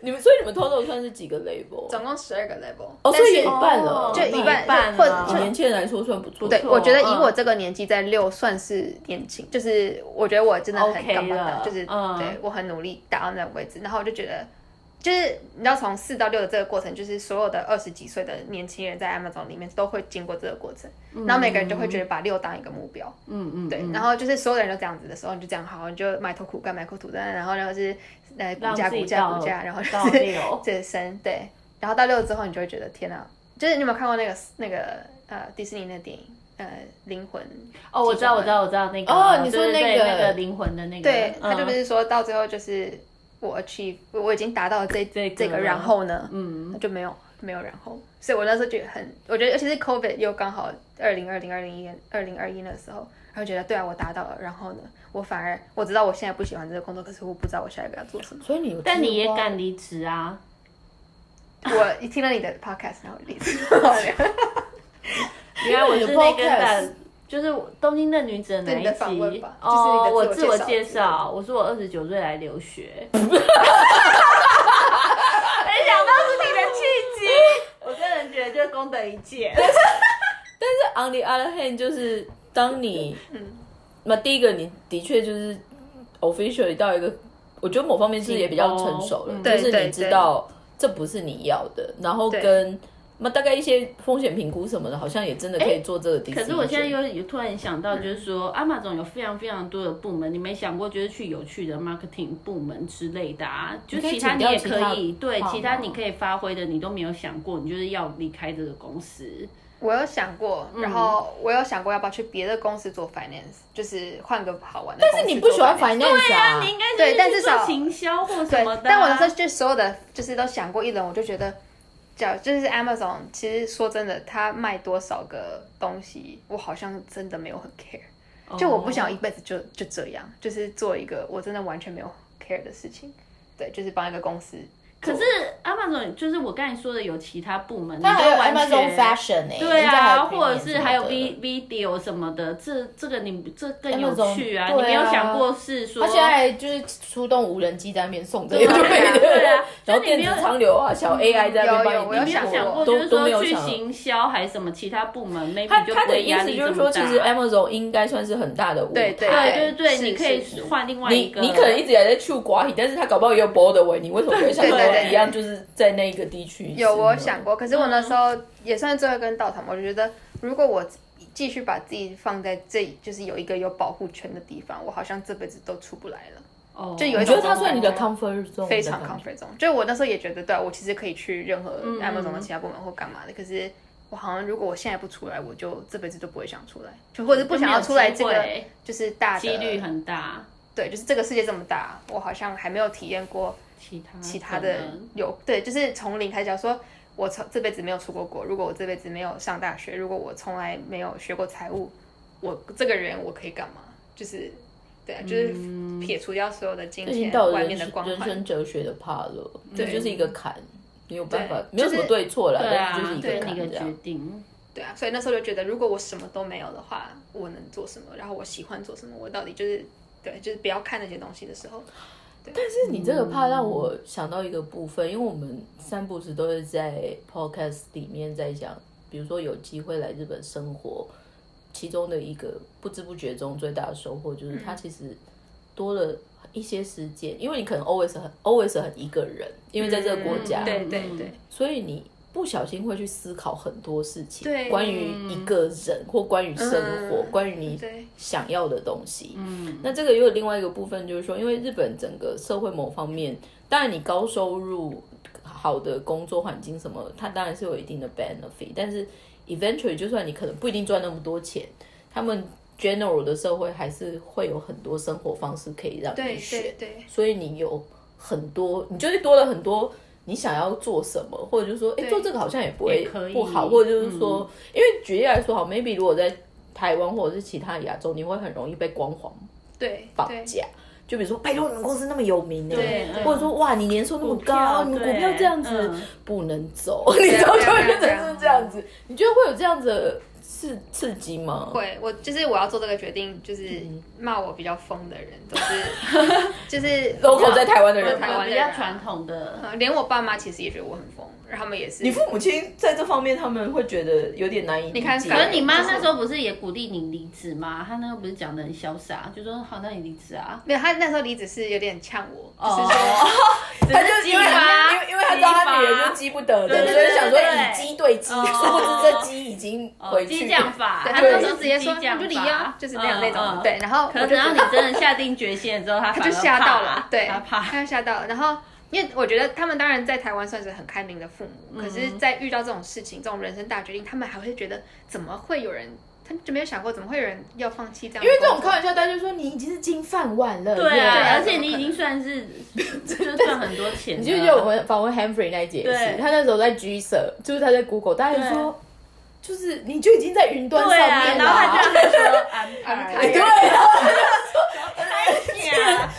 你们所以你们 total 算是几个 label？
总共十二个 level，
哦，
但
所以有
是
一半了，
就一半
一半
或
了哦
以
或
年轻人来说算不错。
对，
错
我觉得以
嗯
我这个年纪在六算是年轻，就是我觉得我真的很
OK
干巴
了
就是
嗯
对我很努力达到那个位置，然后我就觉得就是你知道从四到六的这个过程，就是所有的二十几岁的年轻人在 Amazon 里面都会经过这个过程，然后每个人就会觉得把六当一个目标，
嗯嗯，
对，然后就是所有人都这样子的时候，你就这样好，你就埋头苦干，埋头苦干，然后然后是呃股
让
价
自
股
己
价
到
股价，然后
到
就是
六，
这升，对，然后到六之后你就会觉得天哪，就是你有没有看过那个那个呃迪士尼那电影呃灵魂？
哦，我知道，我知道，我知道那个
哦你说
对对对
那个
那个灵魂的那个，
对，他就不
嗯
是说到最后就是我 achieve，我我已经达到了这
这个
这个，
了
然后呢，
嗯，
就没有没有然后，所以我那时候觉得很，我觉得尤其是 COVID 又刚好二零二零二零一二零二一那时候，然后觉得对啊，我达到了，然后呢，我反而我知道我现在不喜欢这个工作，可是我不知道我下一个要做 什么。
所以你有，
但你也敢离职 啊？
我一听到你的 podcast，然后离职，对
原来我是那个
Podcast
的，就是《东京的女子》的哪
对
一
你的访问
集
吧？
哦，我
就是
自
你的自我
我
介
介
绍
绍，我说我二十九岁来留学，
没想到是你的契机。
我个人觉得就功德一件。
但是 on the other hand，就是当你，
嗯
那第一个你的确就是 officially 到一个，我觉得某方面是也比较成熟了，
嗯
就
对
是你
对
知道这不是你要的，然后
对
跟那大概一些风险评估什么的，好像也真的可以做这个 decision。
可是我现在又有突然想到，就是说，阿玛总有非常非常多的部门，你没想过就是去有趣的 marketing 部门之类的啊？就
可以
其他
剪
你
掉
也
其
可
他
以，对，
话
其他
吗
你可以发挥的，你都没有想过，你就是要离开这个公司。
我有想过，
嗯
然后我有想过要不要去别的公司做 finance，就是换个好玩的公司做 finance。
但是你不喜欢 finance 啊？
你应该
对
是
但
去
至
做
少
行销或什
对
么的啊。，
但我那时候就所有的就是都想过一轮，我就觉得，假如就是 Amazon，其实说真的，它卖多少个东西，我好像真的没有很 care。就我不想一辈子
哦
就就这样，就是做一个我真的完全没有 care 的事情。对，就是帮一个公司做。
可是 Amazon 就是我刚才说的，有其他部门，
但还有
你都完全
Amazon Fashion 哎、欸，
对
人家还有
啊，或
premium
者是
什么
还有
的
V video 什么的，这这个你这更有
Amazon，
趣啊！
对啊
你没有想过是说，
他现在就是出动无人机在那边送这个，
啊对啊对啊
然后
就你
电
没有嗯
子仓流啊，小 AI 在那边帮
有有我有
你
没有
定
想
做
过，
过
就
都
是
都没
说
有
去
想。
行销还是什么其他部门，maybe
他
就
他
不
的
会
意
压
思
力
就
这
是
么
说，其实哎
大
Amazon 应该算是很大的舞台。
对对
对对对，
是
你可以
是是
换另外一
你
个，
你可能一直也在去瓜皮，但是他搞不好也有 border 为你，为什么不会像
对对对
我一样，就是在那个地区？
有我有想，过，可是我那时候也算是最后一根稻草嘛，我就觉得如果我继续把自己放在这，就是有一个有保护圈的地方，我好像这辈子都出不来了。
哦
就有
我
一
觉得
种
他算你的
这种
comfort zone，
非常
comfort。
comfort zone。就我那时候也觉得，对、啊、我其实可以去任何
嗯
Amazon 的其他部门或干嘛的，可是我好像如果我现在不出来，我就这辈子都不会想出来，就或者是不想要出来这
就
个
没有机会
就是大的
几率很大，
对，就是这个世界这么大，我好像还没有体验过
其
嗯
他
其他
可
的
能
有对，就是从零开始讲说。我从这辈子没有出过国，如果我这辈子没有上大学，如果我从来没有学过财务，我这个人我可以干嘛？就是，对啊，就是撇除掉所有的金
已
钱
经、嗯到了
外
人
面的
生
光
人
环，
生哲学的 part 了，这就是一个坎，没有办法，没
对
有什么
就是
对错啦，
对啊
但是，就是一
对
个
你
坎
的
这样
决。定。
对啊，所以那时候就觉得，如果我什么都没有的话，我能做什么？然后我喜欢做什么？我到底就是对，就是不要看那些东西的时候，
但是你这个怕让我想到一个部分，因为我们三不时都是在 podcast 里面在讲，比如说有机会来日本生活，其中的一个不知不觉中最大的收获就是，它其实多了一些时间，因为你可能 always 很 always 很一个人，因为在这个国家，
嗯对对
嗯
对
所以你不小心会去思考很多事情，
对
关于一个人或关于生活，
嗯
关于你
对
想要的东西。
嗯，
那这个又有另外一个部分，就是说，因为日本整个社会某方面，当然你高收入、好的工作环境什么，它当然是有一定的 benefit，但是 eventually 就算你可能不一定赚那么多钱，他们 general 的社会还是会有很多生活方式可以让
对
你选。
对对，
所以你有很多，你就是多了很多你想要做什么，或者就是说，哎、
对
做这个好像也不会
也可以
不好，或者就是说，
嗯
因为举例来说，好，maybe 如果在台湾或者是其他亚洲，你会很容易被光环
对
绑
对
架。就比如说，拜托你们公司那么有名呢，
对嗯对
或者说哇，你年收那么高，你们股票这样子、
嗯
不能走， 你知道就
对啊
会
对
变成
啊对啊
是这样子。你觉得会有这样子的刺刺激吗？
会，我就是我要做这个决定，就是
嗯
骂我比较疯的人，都是 就是
local 哦在台湾的人
在台湾
吗，
的
比
人啊
较传统的，
呃连我爸妈其实也觉得我很疯，然后他们也是
你父母亲在这方面他们会觉得有点难以理解。
你看
可
反
是
正
你妈那时候不是也鼓励你离职吗？她那时候不是讲的很潇洒，就说好，那你离职啊。
没有，他那时候离职是有点呛我，
哦
就是 说
他就是因为
激发
他因鸡不得
对
人，
对
所以
对
想说
对对
以鸡对 鸡，殊
哦
不知这鸡已经
哦
回
激
去。
将法，
对
他
他
对
那时候
是
直接说
激
你
将
不理
法
啊，就是那
嗯
样那种
嗯
对，然后
可
我
能
就
等到你真的下定决心了之后，他
他
反
就
而
吓
怕
到了，对，
他 怕。
就吓到了。然后，因为我觉得他们当然在台湾算是很开明的父
嗯
母，可是，在遇到这种事情、这种人生大决定，他们还会觉得怎么会有人，他们就没有想过怎么会有人要放弃这样的
因为这种
工
开
作哎
玩笑，大家就说你已经是金饭碗了，
对
耶
啊，
啊
而且你已经算是就赚很多钱了，
你记不记得我们访问 Henry 那一节也是
对，
他那时候在 G 社，就是他在 Google，大家就说，就是你就已经在云端上
对啊，
面了
然后他
啊。
居然还说安
安
排，
排
对，
对
然后
啊，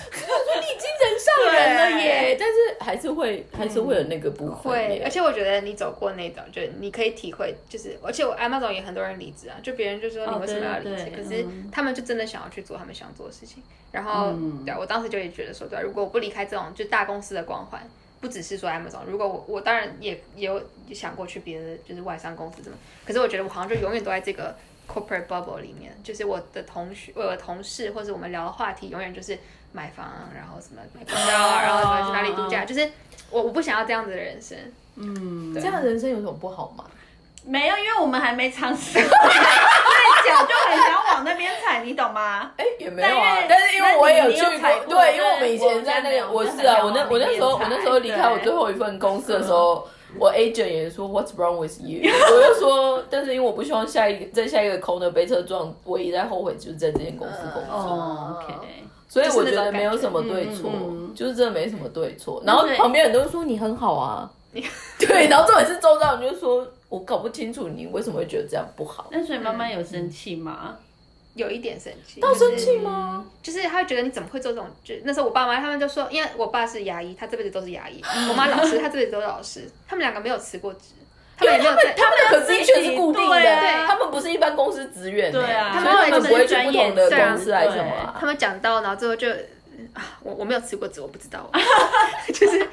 你已经人上人了耶，但是还是会还是会有那个部分
会，
耶
而且我觉得你走过那种，就你可以体会，就是而且我艾玛总也很多人离职啊，就别人就说你
哦
为什么要离
对
职，
对嗯
可
对
是他们就真的想要去做他们想做的事情。然后，
嗯
对啊我当时就也觉得说，对啊、如果我不离开这种就大公司的光环，不只是说 Amazon，如果我我当然也也有想过去别的就是外商公司这么，可是我觉得我好像就永远都在这个 corporate bubble 里面，就是我的同学、我的同事或者我们聊的话题，永远就是买房，然后什么买公交，啊然后什么去哪里度假，就是我我不想要这样子的人生。
嗯，
这样人生有什么不好吗？
没有，因为我们还没尝试，所以脚就很想往那边踩，你懂吗？
哎，也没有啊，
但
但
是
是因为我也有去
那你你有踩过
对，
对
因为我们以前在那个，
我
我
们
是啊，我
很
那
常
我那时候
往
我
那边
那时候离开
踩
我最后一份公司的时候，我 agent 也说 What's wrong with you？我就说，但是因为我不希望下一个在下一个 corner 被车撞，我也在后悔就是在这间公司工作。
哦，OK，
所以我
就是
觉
那
得
种
没有什么对错，就是真的没什么对错。然后
对
旁边人都说你很好啊，对，然后重点是周遭人就说，我搞不清楚你为什么会觉得这样不好，
嗯
那所以妈妈有生气吗？
有一点生气，
要生
就是
气吗？
就是他会觉得你怎么会做这种？就那时候我爸妈他们就说，因为我爸是牙医，他这辈子都是牙医；我妈老师，他这辈子都是老师。他们两个没有辞过职，他们也没有在，
他们可是一群是固定的，
对啊
他们不是一般公司职员、欸
对啊
所以他们不会去不同的
他们
公司来什么、啊
他。们讲到，然后最后就啊，我我没有辞过职，我不知道，就是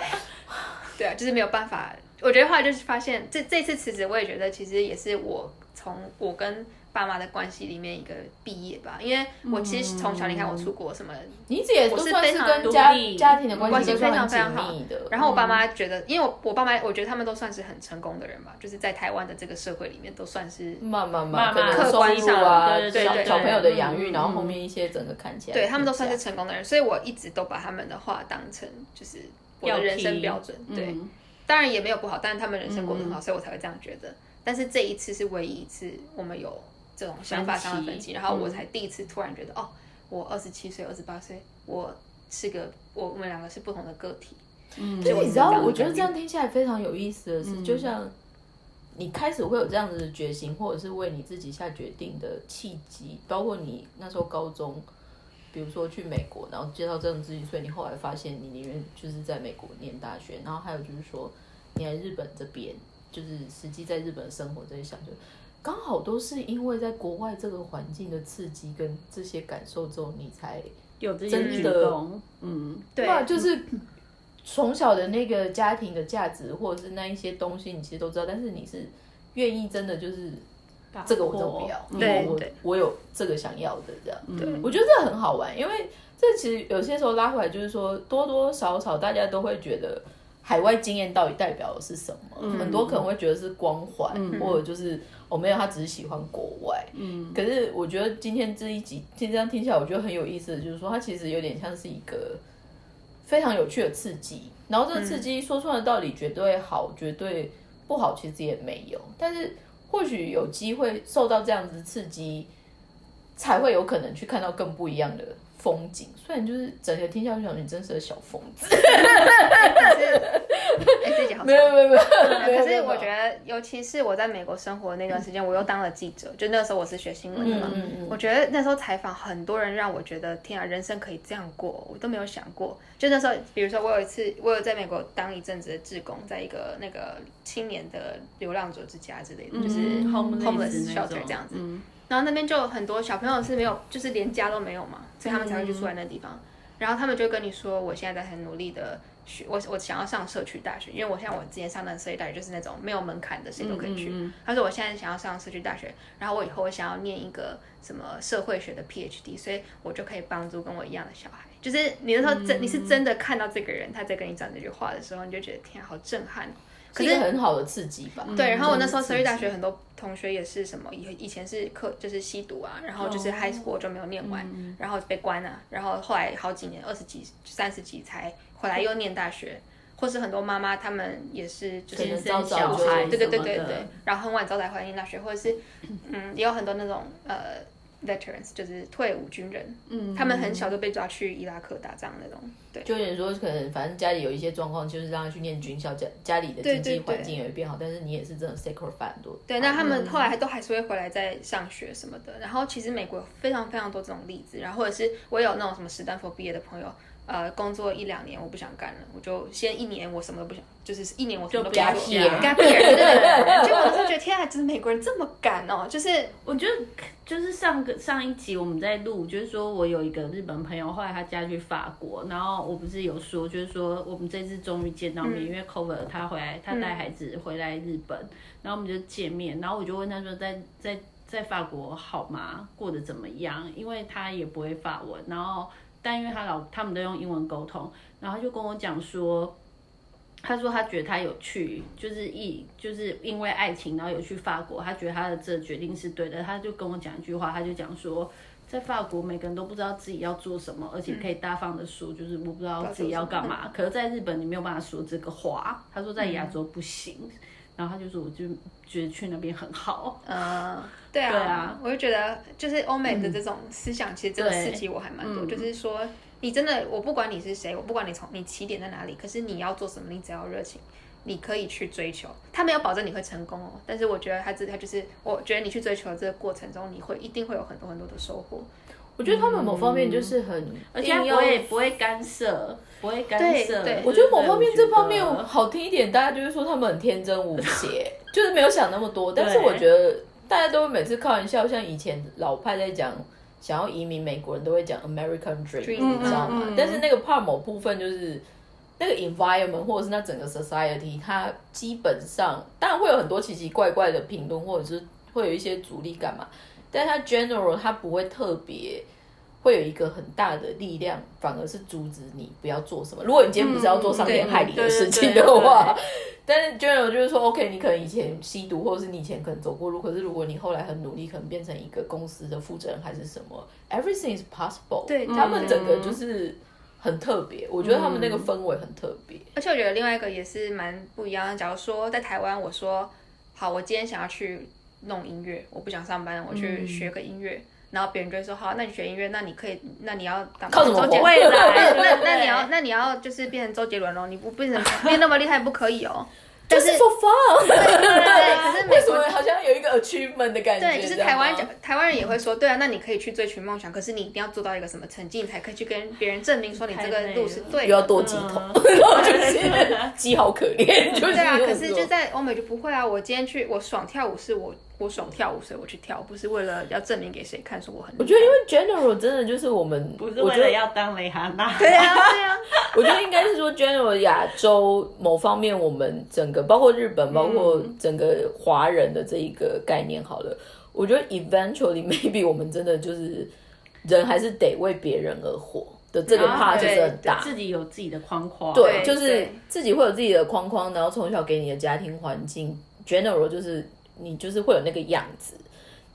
对啊，就是没有办法。我觉得后来就是发现，这这次辞职，我也觉得其实也是我从我跟爸妈的关系里面一个毕业吧，因为我其实从小你看我出国什么。
你姐也都
我是
算是
非常
跟
独
家
立
家庭的关
关
系
系
都
非
算
常
很
非
紧
常好
密的。
然后我爸妈觉得，因为我我爸妈，我觉得他们都算是很成功的人吧，就是在台湾的这个社会里面都算是，
慢慢
慢慢
慢，可能
客
收
观
入
上
啊，
对
对
小
对
小朋友的养
嗯
育，
嗯
然后后面一些整个看起来，
对他们都算是成功的人，所以我一直都把他们的话当成就是我
要
的人生
听
标准。对，
嗯
当然也没有不好，但是他们人生过得很好，所以我才会这样觉得。但是这一次是唯一一次我们有这种想法上的分
分歧嗯
歧，然后我才第一次突然觉得，哦，我二十七岁、二十八岁，我是个我我们两个是不同的个体。
嗯
就是你知道，我觉得这
样
样听起来非常有意思的是，就像你开始会有这样子的决心，或者是为你自己下决定的契机，包括你那时候高中，比如说去美国，然后接到这种自己，所以你后来发现你宁愿就是在美国念大学，然后还有就是说你来日本这边，就是实际在日本生活这些想就。刚好都是因为在国外这个环境的刺激跟这些感受之后，你才
有这些举
真的
动，嗯，
对，
啊，就是从小的那个家庭的价值，或者是那一些东西，你其实都知道，但是你是愿意真的就是这个我都不要，
嗯
对
我我
哦对嗯
我有这个想要的这样。
对
我觉得这很好玩，因为这其实有些时候拉回来，就是说多多少少大家都会觉得海外经验到底代表的是什么？很多可能会觉得是光环，或者就是哦没有，他只是喜欢国外。嗯，可是我觉得今天这一集听这样听起来，我觉得很有意思的，就是说它其实有点像是一个非常有趣的刺激，然后这个刺激说穿了道理绝对好，绝对不好，其实也没有，但是。或许有机会受到这样子刺激，才会有可能去看到更不一样的风景。虽然就是整个听下去，想你真是个小疯子。
哎，自己好嗯
没有没有没有，
可是我觉得，尤其是我在美国生活的那段时间，我又当了记者，就那时候我是学新闻的嘛。
嗯嗯嗯
我觉得那时候采访很多人，让我觉得天啊，人生可以这样过，我都没有想过。就那时候，比如说我有一次，我有在美国当一阵子的志工，在一个那个青年的流浪者之家之类的，就是
嗯
homeless
那
shelter
种
这样子。
嗯
然后那边就有很多小朋友是没有，就是连家都没有嘛，所以他
嗯
们才会去住在那个地方。然后他们就跟你说，我现在在很努力的学，我我想要上社区大学，因为我像我之前上的社区大学就是那种没有门槛的，谁都可以去。
嗯
他说我现在想要上社区大学，然后我以后我想要念一个什么社会学的 PhD，所以我就可以帮助跟我一样的小孩。
嗯
就是你那时候真、你是真的看到这个人他在跟你讲这句话的时候，你就觉得天啊、好震撼哦、可
一
是
个很好的刺激吧。
对，然后我那时候
真的是
私立大学很多同学也是什么，以以前是课就是吸毒啊，然后就是 high school 就没有念完，然后被关啊，然后后来好几年，二十几、三十几才回来又念大学，或是很多妈妈她们也是就
可
是
能早早
小
就
孩，对对
什
对
么
对
的
对，然后很晚早才回来念大学，或者是嗯，也有很多那种呃 veterans 就是退伍军人，嗯，他们很小就被抓去伊拉克打仗那种，对。
就有点说，可能反正家里有一些状况，就是让他去念军校，家家里的经
对对
济
对
环境也会变好，但是你也是真的 sacrifice 很多。
对，那他们后来还都还是会回来再上学什么的。然后其实美国有非常非常多这种例子，然后或者是我有那种什么史丹佛毕业的朋友，呃，工作一两年我不想干了，我就先一年我什么都不想，就是一年我什么都不
就
想
不
做，
要
干别人的。结果我 就觉得天啊，就是美国人这么敢哦，就是
我觉得就是上个上一集我们在录，就是说我有一个日本朋友，后来他家去法国，然后我不是有说，就是说我们这次终于见到面，因为 cover 他回来，他带孩子回来日本，然后我们就见面，然后我就问他说在在在法国好吗？过得怎么样？因为他也不会法文，然后但因为他老他们都用英文沟通，然后他就跟我讲说。他说他觉得他有去，就是一就是因为爱情，然后有去法国，他觉得他的这决定是对的。他就跟我讲一句话，他就讲说，在法国每个人都不知道自己要做什么，而且可以大方的说，就是我不知道自己要干嘛。可是在日本你没有办法说这个话，他说在亚洲不行。然后他就说，我就觉得去那边很好。
呃，对啊，
嗯对啊
我就觉得就是欧美的这种思想，其实真的刺激我还蛮多。
嗯
就是说，你真的，我不管你是谁，我不管你从你起点在哪里，可是你要做什么，你只要有热情，你可以去追求。他没有保证你会成功哦，但是我觉得他这他就是，我觉得你去追求的这个过程中，你会一定会有很多很多的收获。
我觉得他们某方面就是很，
嗯而且他不会不会干涉，不会干涉。
对对
我觉得某
对
方面
我觉
这方
得
面好听一点，大家就会说他们很天真无邪，就是没有想那么多。但是我觉得大家都会每次开玩笑，像以前老派在讲想要移民美国人都会讲 American Dream，
Dream，
你知道吗？
嗯嗯嗯
但是那个怕某部分就是。那个 environment 或者是那整个 society，它基本上当然会有很多奇奇怪怪的评论，或者是会有一些阻力干嘛，但它 general 它不会特别会有一个很大的力量，反而是阻止你不要做什么。如果你今天不是
嗯
要做伤天害理的事情的话，但是 general 就是说，OK，你可能以前吸毒，或者是你以前可能走过路，可是如果你后来很努力，可能变成一个公司的负责人还是什么，everything is possible。
对
他们整个就是很特别，我觉得他们那
嗯
个氛围很特别。
而且我觉得另外一个也是蛮不一样的。假如说在台湾，我说好，我今天想要去弄音乐，我不想上班，我去学个音乐。然后别人就会说好，那你学音乐，那你可以，那你要当
靠什么
周杰
活
伦
未
来
那
对
那你要，那你要就是变成周杰伦哦，你不变成变那么厉害不可以哦。
就
但
是
是
for fun，
对对对，可是
为
美
什
国
么好像有一个 achievement 的感觉？啊
对，就是
你知道
台湾
吗
人台湾人也会说，对啊，那你可以去追寻梦想，可是你一定要做到一个什么成绩，你才可以去跟别人证明说你这
太
个
累
路是
了
对的。嗯
又要多
嗯
鸡头， 然后就是鸡好可怜，就是
对啊，
有
可是
这
就
种
在欧美就不会啊。我今天去，我爽跳舞是我我爽跳舞，所以我去跳，不是为了要证明给谁看说我很。
我觉得，因为 general 真的就是我们，
不是
我
为
觉得
了要当蕾哈娜。
对啊，对啊，
我觉得应该是说 general 亚洲某方面，我们整个包括日本，包括整个华人的这一个概念好了。我觉得 eventually maybe 我们真的就是人还是得为别人而活的这个
啊
part 就
对
是很大，
自己有自己的框框。
对，
对
就是
对
自己会有自己的框框，然后从小给你的家庭环境，general 就是你就是会有那个样子。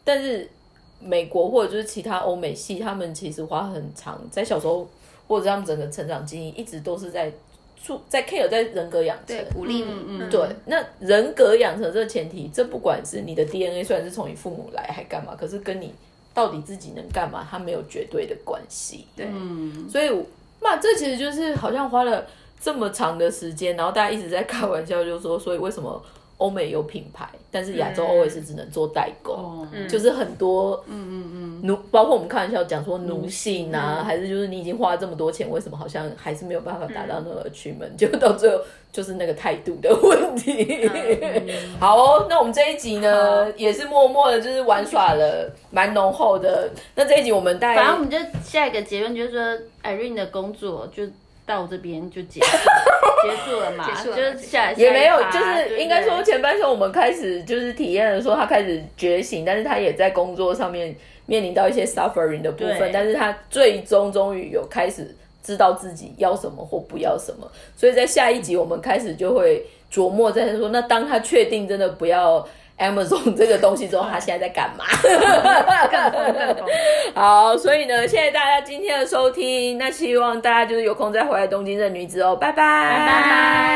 但是美国或者就是其他欧美系，他们其实花很长，在小时候或者他们整个成长经历，一直都是在注在 care 在人格养成
对，。鼓励你，
嗯嗯
对，那人格养成这个前提，这不管是你的 DNA 虽然是从你父母来，还干嘛，可是跟你到底自己能干嘛，它没有绝对的关系。
对，
嗯，
所以我那这其实就是好像花了这么长的时间，然后大家一直在开玩笑，就说，所以为什么欧美有品牌，但是亚洲
嗯
always 只能做代购，
哦，
就是很多嗯嗯嗯奴，包括我们开玩笑讲说奴性啊，还是就是你已经花了这么多钱，为什么好像还是没有办法达到那个 achievement？就到最后就是那个态度的问题。 好哦，那我们这一集呢也是默默的，就是玩耍了蛮浓厚的。那这一集我们大概
反正我们就下一个结论就是说，Irene 的工作就到这边就结束 了结束了嘛，
结束了
就是下
也没有，就
下一趴
是应该说
对
前半生我们开始就是体验了，说他开始觉醒，但是他也在工作上面面临到一些 suffering 的部分
对，
但是他最终终于有开始知道自己要什么或不要什么。所以在下一集我们开始就会琢磨在说，那当他确定真的不要 Amazon 这个东西之 后，他现在在干嘛？
更疯更疯。
好，所以呢，谢谢大家今天的收听。那希望大家就是有空再回来东京的女子哦，拜拜，拜
拜。